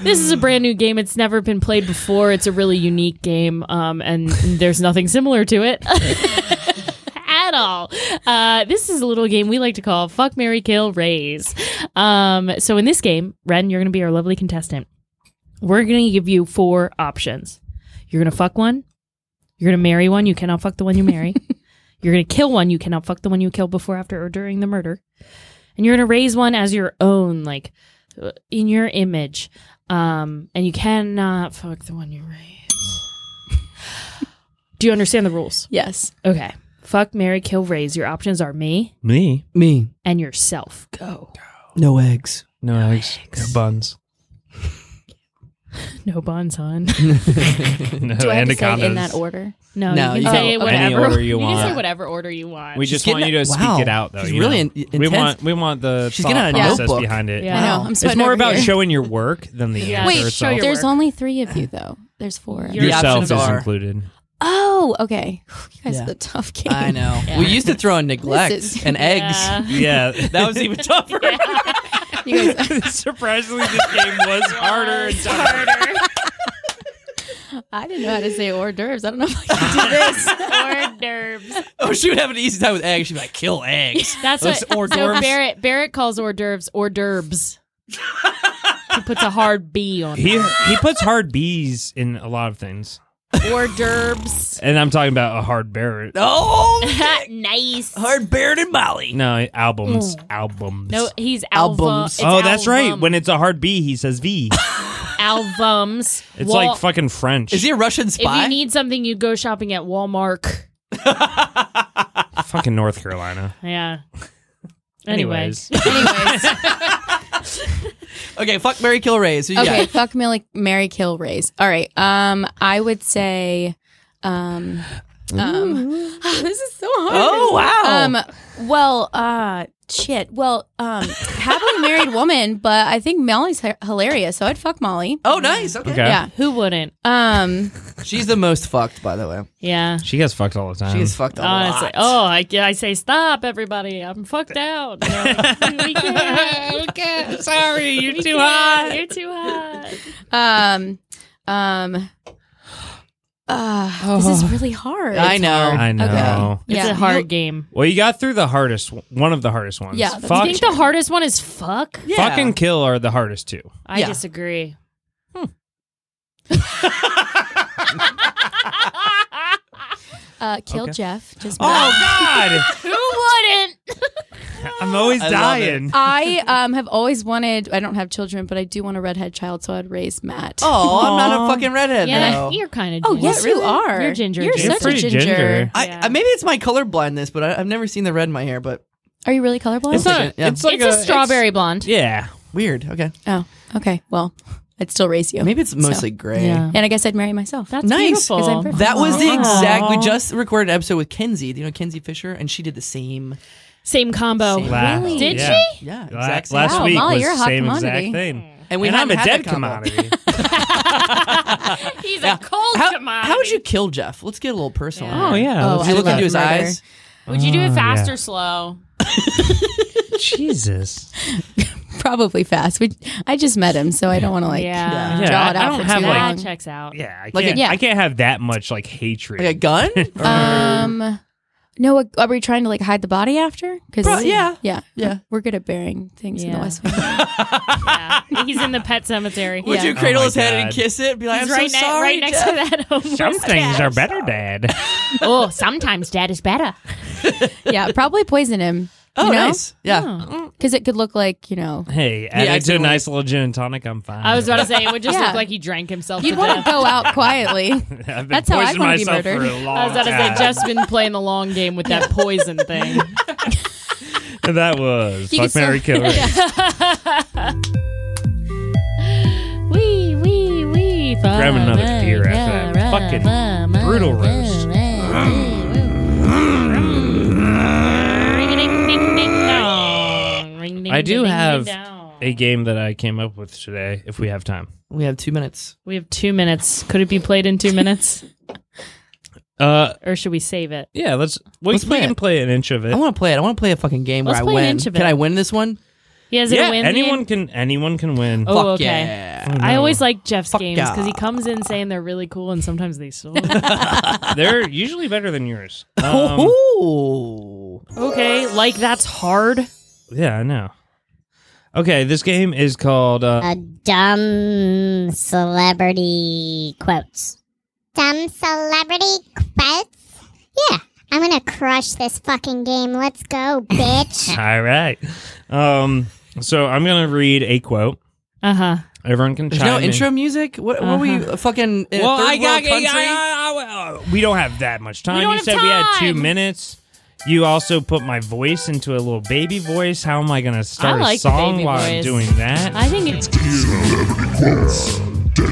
This is a brand new game. It's never been played before. It's a really unique game, um, and there's nothing similar to it. At all. Uh, this is a little game we like to call Fuck Mary Kill Raise. Um, so, in this game, Ren, you're going to be our lovely contestant. We're going to give you four options. You're going to fuck one. You're going to marry one. You cannot fuck the one you marry. you're going to kill one. You cannot fuck the one you killed before, after, or during the murder. And you're going to raise one as your own, like uh, in your image. Um, and you cannot fuck the one you raise. Do you understand the rules?
Yes.
Okay. Fuck, Mary, kill, raise. Your options are me
Me?
Me.
and yourself. Go.
No eggs.
No eggs. No buns.
No buns, hon.
No
Do I have to say it in
anacondas.
that order?
No,
No,
you
you
can say
can-
whatever.
Any order you
can say
want.
whatever order you want.
We just
getting
want you to
a-
speak
wow.
it out, though.
She's
you
really
know?
in-
we
intense.
want we want the
She's
thought
getting out a
process
notebook.
behind it.
Yeah.
I
Wow.
know. I'm
It's
sweating
more
over
about
here.
showing your work than the
Yeah.
answer
Wait, show
itself.
your
There's
work.
only three of you though. There's four.
You're-
Yourself is
The options are-
included.
oh, okay. You guys
Yeah.
are the tough game.
I know. We used to throw in
This
neglect
is-
and eggs.
Yeah.
Yeah.
That was even tougher.
You guys,
Surprisingly, this game was harder and tougher.
I didn't know how to say hors d'oeuvres. I don't know if I can do this.
hors d'oeuvres.
Oh, she would have an easy time with eggs. She'd be like, kill eggs.
That's
Those
what.
hors
So
d'oeuvres.
Barrett Barrett calls hors d'oeuvres hors d'oeuvres. he puts a hard B on it.
He he puts hard B's in a lot of things,
Hors d'oeuvres.
and I'm talking about a hard Barrett.
Oh,
nice.
hard Baird and Molly.
No, albums, albums.
No, he's alpha.
Albums.
It's
oh, that's right.
album.
When it's a hard B, he says V.
albums.
It's
Wal-
like fucking French.
Is he a Russian
If
spy?
you need something, you go shopping at Walmart.
fucking North Carolina?
Yeah. Anyways,
Anyways,
okay, fuck Mary Kill Rays. Who you
okay.
got?
Fuck Millie, Mary, kill, raise. All right. Um, I would say, um, um, this is so hard.
Oh, wow.
Um, well, uh, shit. Well, um, happily married woman, but I think Molly's hi- hilarious, so I'd fuck Molly.
oh, nice. Okay.
Okay.
Yeah.
who wouldn't?
Um,
She's the most fucked, by the way.
Yeah.
She gets fucked all the time.
She is fucked a
Honestly,
lot.
oh, I, I say stop, everybody! I'm fucked out. You know? we can't.
sorry, you're
We can't. You're too hot.
um, um. Uh, This is really hard.
Oh. I know.
I know.
Okay.
It's
Yeah.
a hard game.
Well, you got through the hardest one- one of the hardest ones.
Yeah, that's-
I
Fuck,
think the hardest one is fuck.
Yeah.
fuck and kill are the hardest two.
I
Yeah.
disagree.
Uh, kill Jeff. Just
Oh God,
Who wouldn't?
I'm always
I love
dying.
I um have always wanted. I don't have children, but I do want a redhead child, so I'd raise Matt.
Oh, I'm not a fucking redhead
Yeah,
now.
you're kind of.
Oh, yes, you are.
You're ginger,
You're
Jason.
such a
Pretty
ginger.
ginger.
I,
Yeah.
I, maybe it's my colorblindness, but I, I've never seen the red in my hair. But
Are you really colorblind?
It's not.
Yeah.
It's like
it's a, strawberary blonde.
yeah.
weird. Okay,
oh, okay. Well, I'd still raise you.
maybe it's mostly gray.
Yeah.
And I guess I'd marry myself.
That's
Nice.
beautiful.
'Cause I'm perfect.
That was the
Aw.
exact. We just recorded an episode with Kenzie. Do you know Kenzie Fisher? And she did the same.
Same combo.
Same.
Wow.
Really?
Did
Yeah.
she?
Yeah,
La-
exactly.
Last
Wow,
week
Molly,
was
you're a
the
hot
same
commodity.
exact thing.
And we
I'm
hadn't
a
had
dead
that combo.
commodity.
He's a cold
How,
commodity.
how would you kill Jeff? Let's get a little personal.
Yeah. Oh,
yeah.
Oh,
Did you
I
look
love
into his
murder.
eyes?
Would you do
Oh,
it fast
yeah.
or slow?
Jesus.
Probably fast. We, I just met him, so I don't want to like
Yeah.
draw
Yeah, I-
it out
I don't
for
have,
too
like-
That
long.
checks out.
Yeah, I
Like a-
can't.
yeah.
I can't have that much like hatred.
Like a gun?
um, no, are we trying to like hide the body after?
Pro-
Because
yeah.
yeah,
Yeah.
we're good at burying things in the
Yeah.
West Wing.
Yeah. He's in the pet cemetery.
Would
Yeah.
you cradle
Oh my
his head and
God.
kiss it? and Be like,
He's
I'm
right,
so
ne-
sorry.
right next to
Jeff."
that homeless
Some things
cat.
are better, Dad.
Oh, sometimes dad is better.
yeah, probably poison him.
Oh,
you know?
nice. Yeah.
Oh.
Because it could look like you know.
hey, add it to a
accidentally-
nice little gin and tonic. I'm fine.
I was about to say it would just
Yeah.
look like he drank himself.
You'd
to
want
death.
to go out quietly.
I've been
that's how I'd
poisoning
wanna be
myself For
murdered.
a long
I was about to say
time.
Jeff's been playing the long game with that poison thing.
that was
You
fuck
can
Mary
still-
Killer.
Wee, wee, wee.
Grab another beer after that fucking brutal roast. I do have a game that I came up with today, if we have time.
We have two minutes.
We have two minutes. Could it be played in two minutes,
Uh,
or should we save it?
yeah, let's. We,
Let's
we
play
can
it.
play an inch of it.
I want to play it. I want to play a fucking game
Let's
where I
play an
win.
inch of
Can
it.
I win this one?
He has
yeah,
a win.
anyone can. Anyone can win.
Oh,
Fuck
okay.
yeah.
I always like Jeff's
Fuck
games because he
yeah.
comes in saying they're really cool, and sometimes they suck.
They're usually better than yours.
Oh.
Um,
Ooh.
okay, like that's hard.
yeah, I know. Okay, this game is called. Uh,
a dumb celebrity quotes. Dumb celebrity quotes? Yeah, I'm gonna crush this fucking game. Let's go, bitch.
all right. Um, so I'm gonna read a quote.
Uh huh.
Everyone can
There's
chime
no
in.
intro music? What, what were you uh, fucking in
well,
a third
I got.
world country?
I- I- I- we don't have that much time.
We don't
you
have
said we had two
time.
minutes. You also put my voice into a little baby voice. How am I going to start
like
a
the
song
baby
while I'm
voice.
doing that?
I think it's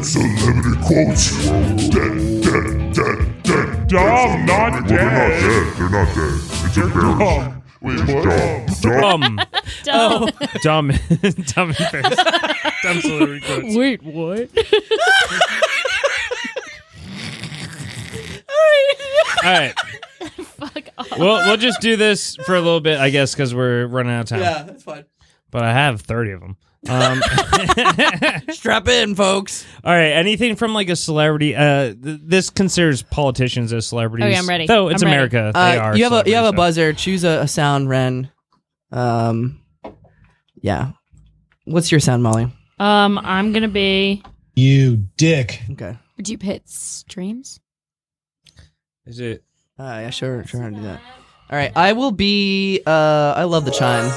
Celebrity quotes. Dead, dead, dead, dead.
Dumb, not
Well, they're
dead.
not dead. They're not dead. It's embarrassing.
Dumb.
Wait, what? Dumb. Dumb.
dumb, Oh,
dumb.
dumb, dumb first. dumb celebrity quotes.
Wait, what?
All right.
Fuck off.
We'll we'll just do this for a little bit, I guess, because we're running out of time.
Yeah, that's fine.
But I have thirty of Um, them. Um,
Strap in, folks.
all right. Anything from like a celebrity? Uh, th- this considers politicians as celebrities.
Okay, I'm ready.
Though it's
I'm ready.
America, they
Uh,
are.
you have a you have a
celebrities, so-
buzzer. Choose a, a sound, Ren. Um, yeah. What's your sound, Molly?
Um, I'm gonna be.
You dick.
Okay.
Do you hit streams?
Is it?
Uh, yeah, sure, sure, how to do that. All right, I will be. Uh, I love the chime.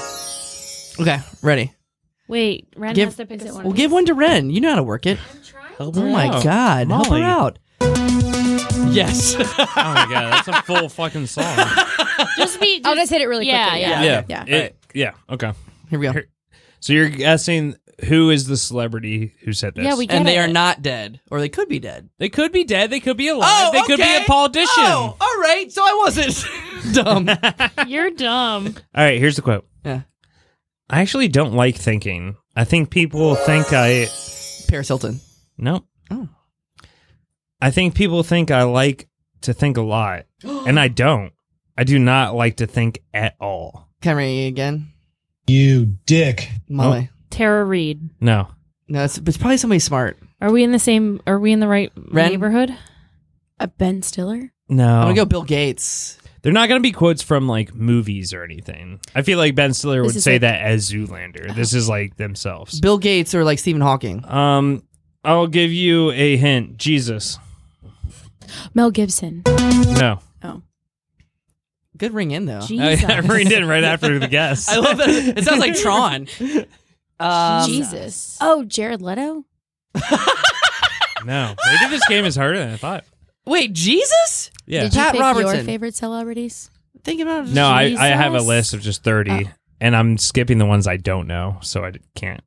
Okay, ready.
Wait, Ren
Give-
has to pick one.
We'll give one to Ren. You know how to work it. oh my god, help
Molly.
her out. Yes.
Oh my god, that's a full fucking song.
Just be.
I'll just Oh, hit it really
Yeah,
quickly.
yeah.
Yeah.
Yeah.
It- yeah. Okay.
Here we go.
So you're guessing who is the celebrity who said this?
Yeah, we get
And they
it.
are not dead, or they could be dead. Oh,
They could be dead. They could be alive.
okay. Oh, all right. So I wasn't dumb.
You're dumb.
All right, here's the quote.
Yeah.
I actually don't like thinking. I think people think I
Paris Hilton.
no.
Oh.
I think people think I like to think a lot, and I don't. I do not like to think at all.
Camry again.
You dick.
Molly.
Oh.
Tara Reed.
No.
No, it's, it's probably somebody smart.
Are we in the same? Are we in the right
Ren?
neighborhood?
A Ben Stiller?
No.
I'm gonna go Bill Gates.
They're not going to be quotes from like movies or anything. I feel like Ben Stiller
This
would
is
say
like-
that as
Uh-huh.
Zoolander. This is like themselves.
Bill Gates or like Stephen Hawking.
Um, I'll give you a hint. Jesus.
Mel Gibson.
No.
Good ring in though.
Jesus.
I reined in right after the guess.
I love that. It sounds like Tron. Um,
Jesus. Oh, Jared Leto?
No, maybe this game is harder than I thought.
wait, Jesus?
Yeah.
Did you
Pat
pick
Robertson.
your favorite celebrities?
Think about it.
No, I, I have a
Jesus.
list of just 30,
Oh.
and I'm skipping the ones I don't know, so I d- can't.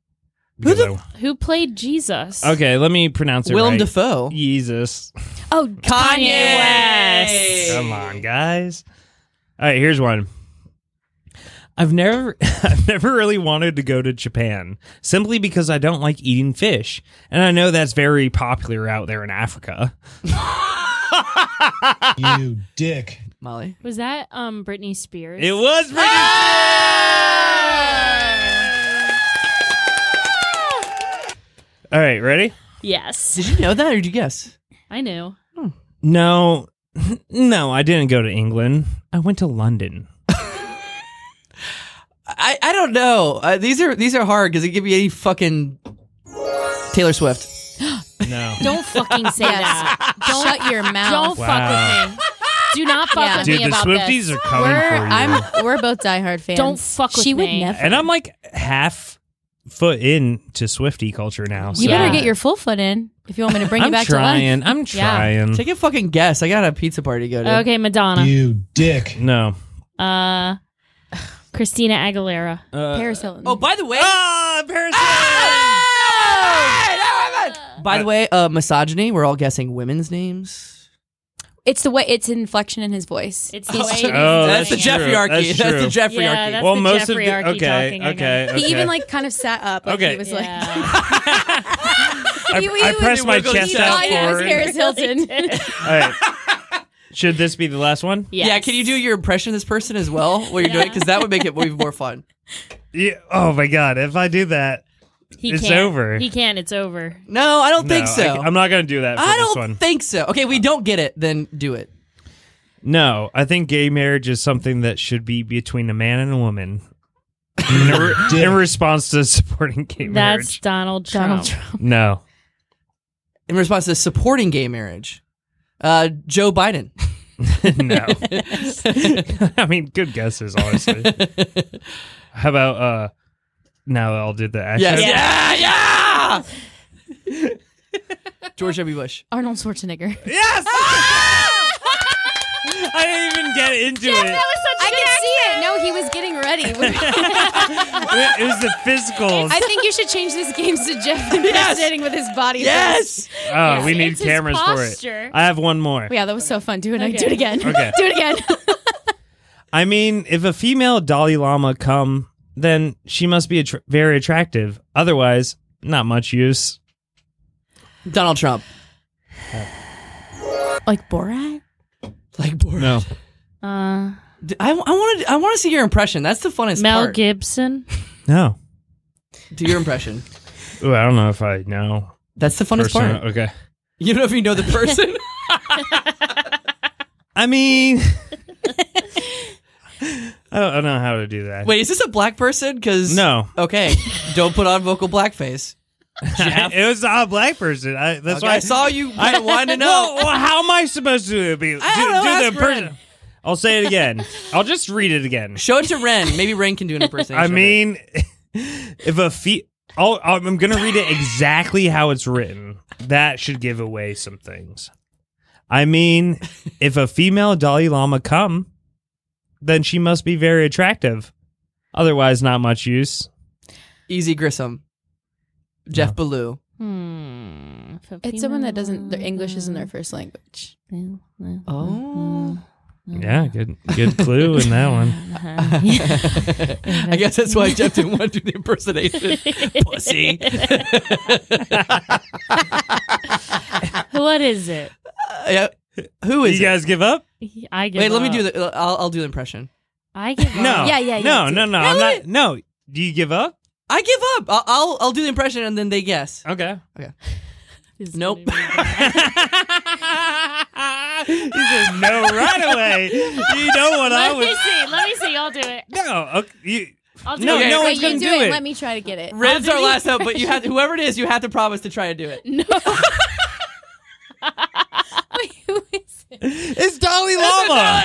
Who the-
because
Uh, Who played Jesus?
I- okay, let me pronounce it
Willem
right.
Dafoe.
Jesus.
Oh,
Kanye West.
Come on, guys. All right, here's one. I've never I've never really wanted to go to Japan simply because I don't like eating fish. And I know that's very popular out there in Africa.
You dick.
Molly.
Was that um Britney Spears?
It was pretty
Ah!
All right, ready?
Yes,
Did you know that or did you guess?
I knew.
No. No, I didn't go to England. I went to London.
I, I don't know. Uh, these are these are hard because it could be any fucking Taylor Swift.
No.
Don't fucking say that. Don't
Shut your mouth.
don't
Wow.
fuck with me. Do not fuck
Yeah.
with
Dude,
me
the
about
Swifties
this.
are coming for you.
I'm, we're both diehard fans.
Don't fuck with
she
me.
would never.
and I'm like half foot into Swifty culture now.
You
so-
better get your full foot in if you want me to bring
I'm
you back
trying.
to life.
I'm trying.
Take a fucking guess. I got a pizza party to go to.
Okay, Madonna.
You dick.
No.
Uh, Christina Aguilera.
Uh, Paris Hilton.
Oh, by the way.
Ah, Paris.
Ah! By the way, uh, misogyny. We're all guessing women's names.
It's the way it's inflection in his voice.
It's the way.
Oh,
that's, the
that's true.
Jeffreyarchy.
That's
That's,
true.
the Jeffreyarchy.
Yeah, that's
well,
the
most of the
Jeffreyarchy
okay,
talking, I
okay, okay.
He even like kind of sat up. Like,
Okay.
He was
guess.
like,
Yeah.
I,
he- he
I
was-
pressed my
we're gonna
chest
stop.
out
thought he was
forward.
Harry-
Paris Hilton.
All right. Should this be the last one?
Yes.
Yeah, can you do your impression of this person as well while you're doing it? Because that would make it even more fun.
Yeah. Oh my god, if I do that,
He
It's
can't.
over.
He can. It's over.
No, I don't think
no,
so.
I, am not gonna do that for
I
this
don't
one.
think so. Okay, we don't get it, then do it.
no, I think gay marriage is something that should be between a man and a woman. In, re- in response to supporting gay
That's
marriage,
Donald Trump.
Donald
no.
In response to supporting gay marriage, uh, Joe Biden.
no. I mean, good guesses, honestly. How about uh now I'll do the action.
Yes. Yeah, yeah. George W. Bush.
Arnold Schwarzenegger.
Yes! I didn't even get into it.
I can see it. No, he was getting ready.
It was the physicals.
I think you should change this game to Jeff impersonating with his body.
Yes.
Oh, we
It's-
need
it's his
cameras for it.
posture.
I have one more.
Yeah, that was so fun. Do it. Do it again.
Okay.
Do it again.
I mean, if a female Dalai Lama come, then she must be attr very attractive. Otherwise, not much use.
Donald Trump.
like Borat?
Like Borat.
No.
Uh,
D- I, want to. I want to see your impression. That's the funnest
Mel
part.
Gibson.
No.
Do your impression.
Ooh, I don't know if I know.
That's the funnest
Person-
part.
Okay.
You don't know if you know the person.
I mean, I don't I don't know how to do that.
Wait, is this a black person? Because
No.
Okay, don't put on vocal blackface.
it was not a black person. I, that's
Okay,
why
I saw you
I-
winding
Well,
up.
well, how am I supposed to be?
I don't know,
do
ask
the
Ren.
person. I'll say it again. I'll just read it again.
Show it to Ren. Maybe Ren can do an impersonation.
I
of it.
mean, if a feet. I'll, I'm going to read it exactly how it's written. That should give away some things. I mean, if a female Dalai Lama come, then she must be very attractive. Otherwise, not much use.
Easy Grissom, Jeff Ballou.
Hmm. If a
It's someone that doesn't, their
female-
English isn't their first language.
Oh,
Yeah, good good clue in that one.
Uh-huh.
I guess that's why Jeff didn't want to do the impersonation. Pussy.
What is it?
Yeah. Who is
You guys give up?
I give
it? Wait, let me
up.
do the. I'll, I'll do the impression.
I give up.
No.
yeah, yeah,
No,
yeah.
no, no. I'm not. No. Do you give up?
I give up. I'll, I'll I'll do the impression and then they guess.
Okay.
This is
Nope.
gonna be really bad.
he said no right away. You know what I
Let me
was?
see. Let me see. I'll do it.
No. Okay, you,
I'll do
no.
it.
No
Wait,
one's
you
gonna
do it.
it.
Let me try to get it.
Ren's our last hope, but you have whoever it is, you have to promise to try to do it.
No. Wait, who is it?
It's Dalai Lama.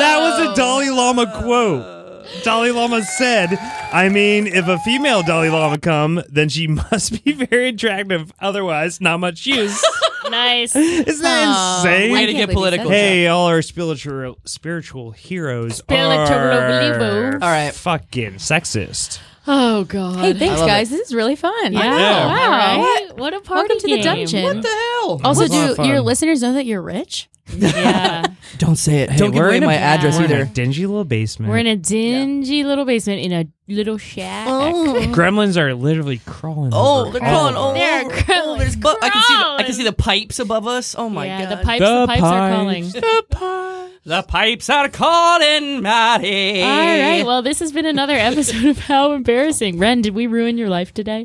That was a Dalai Lama quote. Dalai Lama said, "I mean, if a female Dalai Lama come, then she must be very attractive. Otherwise, not much use."
Nice.
Isn't that insane?
Way
I
to
can't
get
believe you said
political.
that.
Hey, all our spiritual spiritual heroes
Spiritual
are
believers.
All right.
fucking sexist.
Oh God.
Hey, thanks,
love
guys. This is really fun.
Wow.
Yeah.
Wow.
Alright.
What? a party
Welcome to the
game.
dungeon.
What the hell?
This was a
Also,
lot of
do
fun.
your listeners know that you're rich?
Yeah.
Don't say it. Don't give
we're
away
in a-
my address
We're in a
either.
dingy little basement.
We're in a dingy little basement in a little shack. Mm.
Gremlins are literally crawling.
Oh,
over
they're
all
crawling
of us.
all
They're
over.
crawling.
Oh, there's bu- I can see the, I can
Crawling.
see the pipes above us. Oh my
yeah,
god.
the pipes. The, pipes are
pipes.
calling.
The pipes. The pipes are calling, Maddie.
All right. Well, this has been another episode of How Embarrassing. Ren, did we ruin your life today?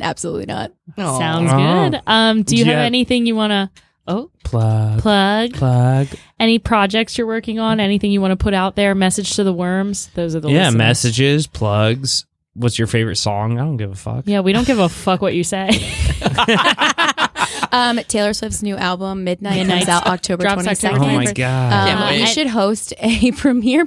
Absolutely not.
Aw.
Sounds
Oh.
good. Um, do you have
Yeah.
anything you want to? Oh,
Plug,
plug.
plug.
Any projects you're working on? Anything you want to put out there? Message to the worms. Those are the
yeah,
listeners.
messages, plugs. What's your favorite song? I don't give a fuck.
Yeah, we don't give a fuck what you say.
Um, Taylor Swift's new album, Midnight,
Midnight.
comes out October
Drops
22nd.
October
Oh my
21st.
god.
Can't
Uh,
wait.
we should host a premiere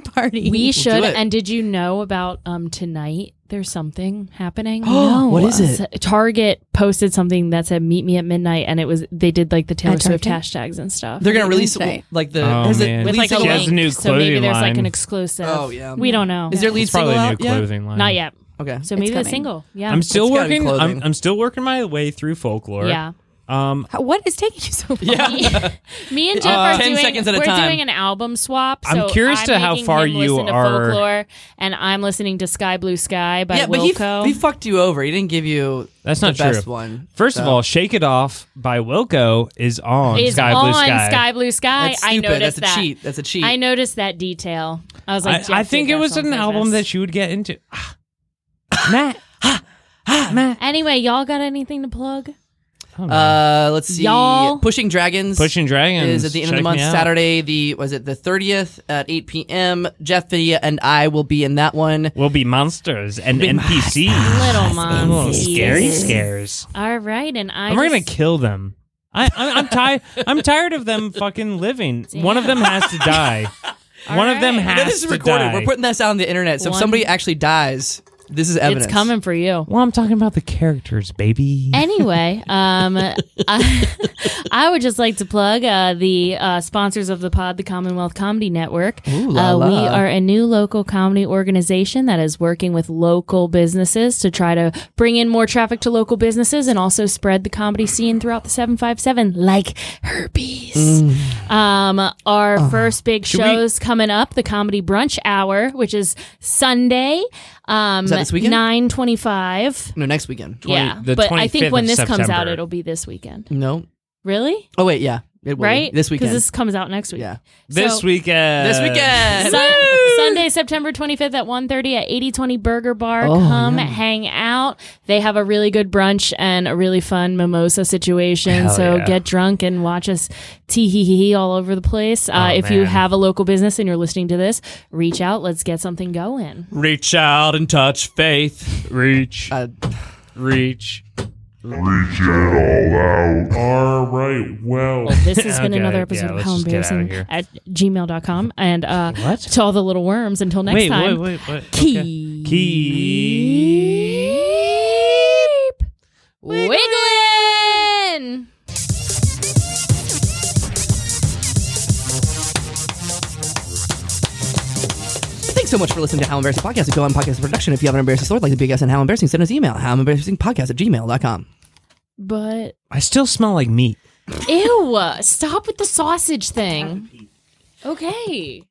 party.
we should.
it.
And did you know about um tonight? There's something happening. no.
What is it?
S- Target posted something that said "Meet me at midnight," and it was they did like the Taylor
At
Swift
Target?
hashtags and stuff.
They're gonna release
Tonight.
like the
Oh,
has
man.
it
with like a
leaked
She has
link.
a new
so maybe
clothing
there's like
line.
an exclusive.
Oh, yeah.
We don't know.
Is there lead
It's probably
single
a new
out yet?
clothing line.
Not yet.
Okay.
So maybe the
coming.
single. Yeah.
I'm still
It's gotta be
working.
clothing.
I'm, I'm still working my way through folklore.
yeah.
Um,
How- What is taking you so long?
Me and Jeff
Uh,
are
10
doing,
seconds at a
we're
time.
doing an album swap.
I'm
so
curious
I'm
to how
making
far
him
you
listen to
are-
Folklore, and I'm listening to Sky Blue Sky by
yeah, but he,
Wilco.
he fucked you over. He didn't give you
That's
the
not
best
true.
one.
first of all, "Shake It Off" by Wilco is on
is
Sky
on
Blue Sky.
Sky Blue Sky.
That's
I
stupid.
noticed
That's a
that.
cheat. That's a cheat.
I noticed that detail. I was like,
I, I think it was an album that you would get into. Ah. Matt, Matt,
Anyway, y'all got anything to plug?
Hold on.
Uh, let's see.
Y'all.
Pushing Dragons.
Pushing Dragons
is at the end of the
Check
month,
me out.
Saturday. The was it the thirtieth at eight p.m. Jeff Fidia and I will be in that one.
We'll be monsters and NPCs.
Little
Little
monsters.
scary scares.
All right, and I
I'm
just,
gonna kill them. I, I'm, I'm tired. I'm tired of them fucking living. One of them has to die. One of them
right.
has
No, this is
to
recorded.
die.
We're putting this out on the internet. So
One-
if somebody actually dies, this is evidence.
It's coming for you.
well, I'm talking about the characters, baby.
anyway, um, I, I would just like to plug uh, the uh, sponsors of the pod, the Commonwealth Comedy Network.
la
uh, We
la.
are a new local comedy organization that is working with local businesses to try to bring in more traffic to local businesses and also spread the comedy scene throughout the 757 like herpes.
Mm.
Um, our
Uh-huh.
first big show's coming up, the Comedy Brunch Hour, which is Sunday. Um,
that this weekend?
925
No, next weekend.
yeah,
the
but I think
25th
when
of
this comes out,
September.
it'll be this weekend.
No.
Really?
Oh wait, yeah. It will be.
right?
This weekend.
because this comes out next week.
Yeah.
this
So-
weekend.
this weekend.
Sun- Sunday, September 25th at 1.30 at 8020 Burger Bar.
Oh,
Come hang out. They have a really good brunch and a really fun mimosa situation. so
yeah.
get drunk and watch us tee hee hee hee all over the place. Uh, if you
Oh, man.
have a local business and you're listening to this, reach out. Let's get something going.
Reach out and touch faith. Reach.
Uh,
reach.
Reach it all out. All right, well.
This has been
Okay,
another
yeah,
episode of
let's
How
just get outta
Embarrassing
here.
at gmail.com. And uh,
What?
to all the little worms, until next
Wait,
time.
wait, wait, wait. Okay.
Keep.
Keep.
Wiggling!
Thanks so much for listening to How Embarrassing Podcast. If you on podcast production, if you have an embarrassing story, like the big S and How Embarrassing, send us an email. How embarrassing podcast at gmail.com.
But
I still smell like meat.
ew, stop with the sausage thing. Okay.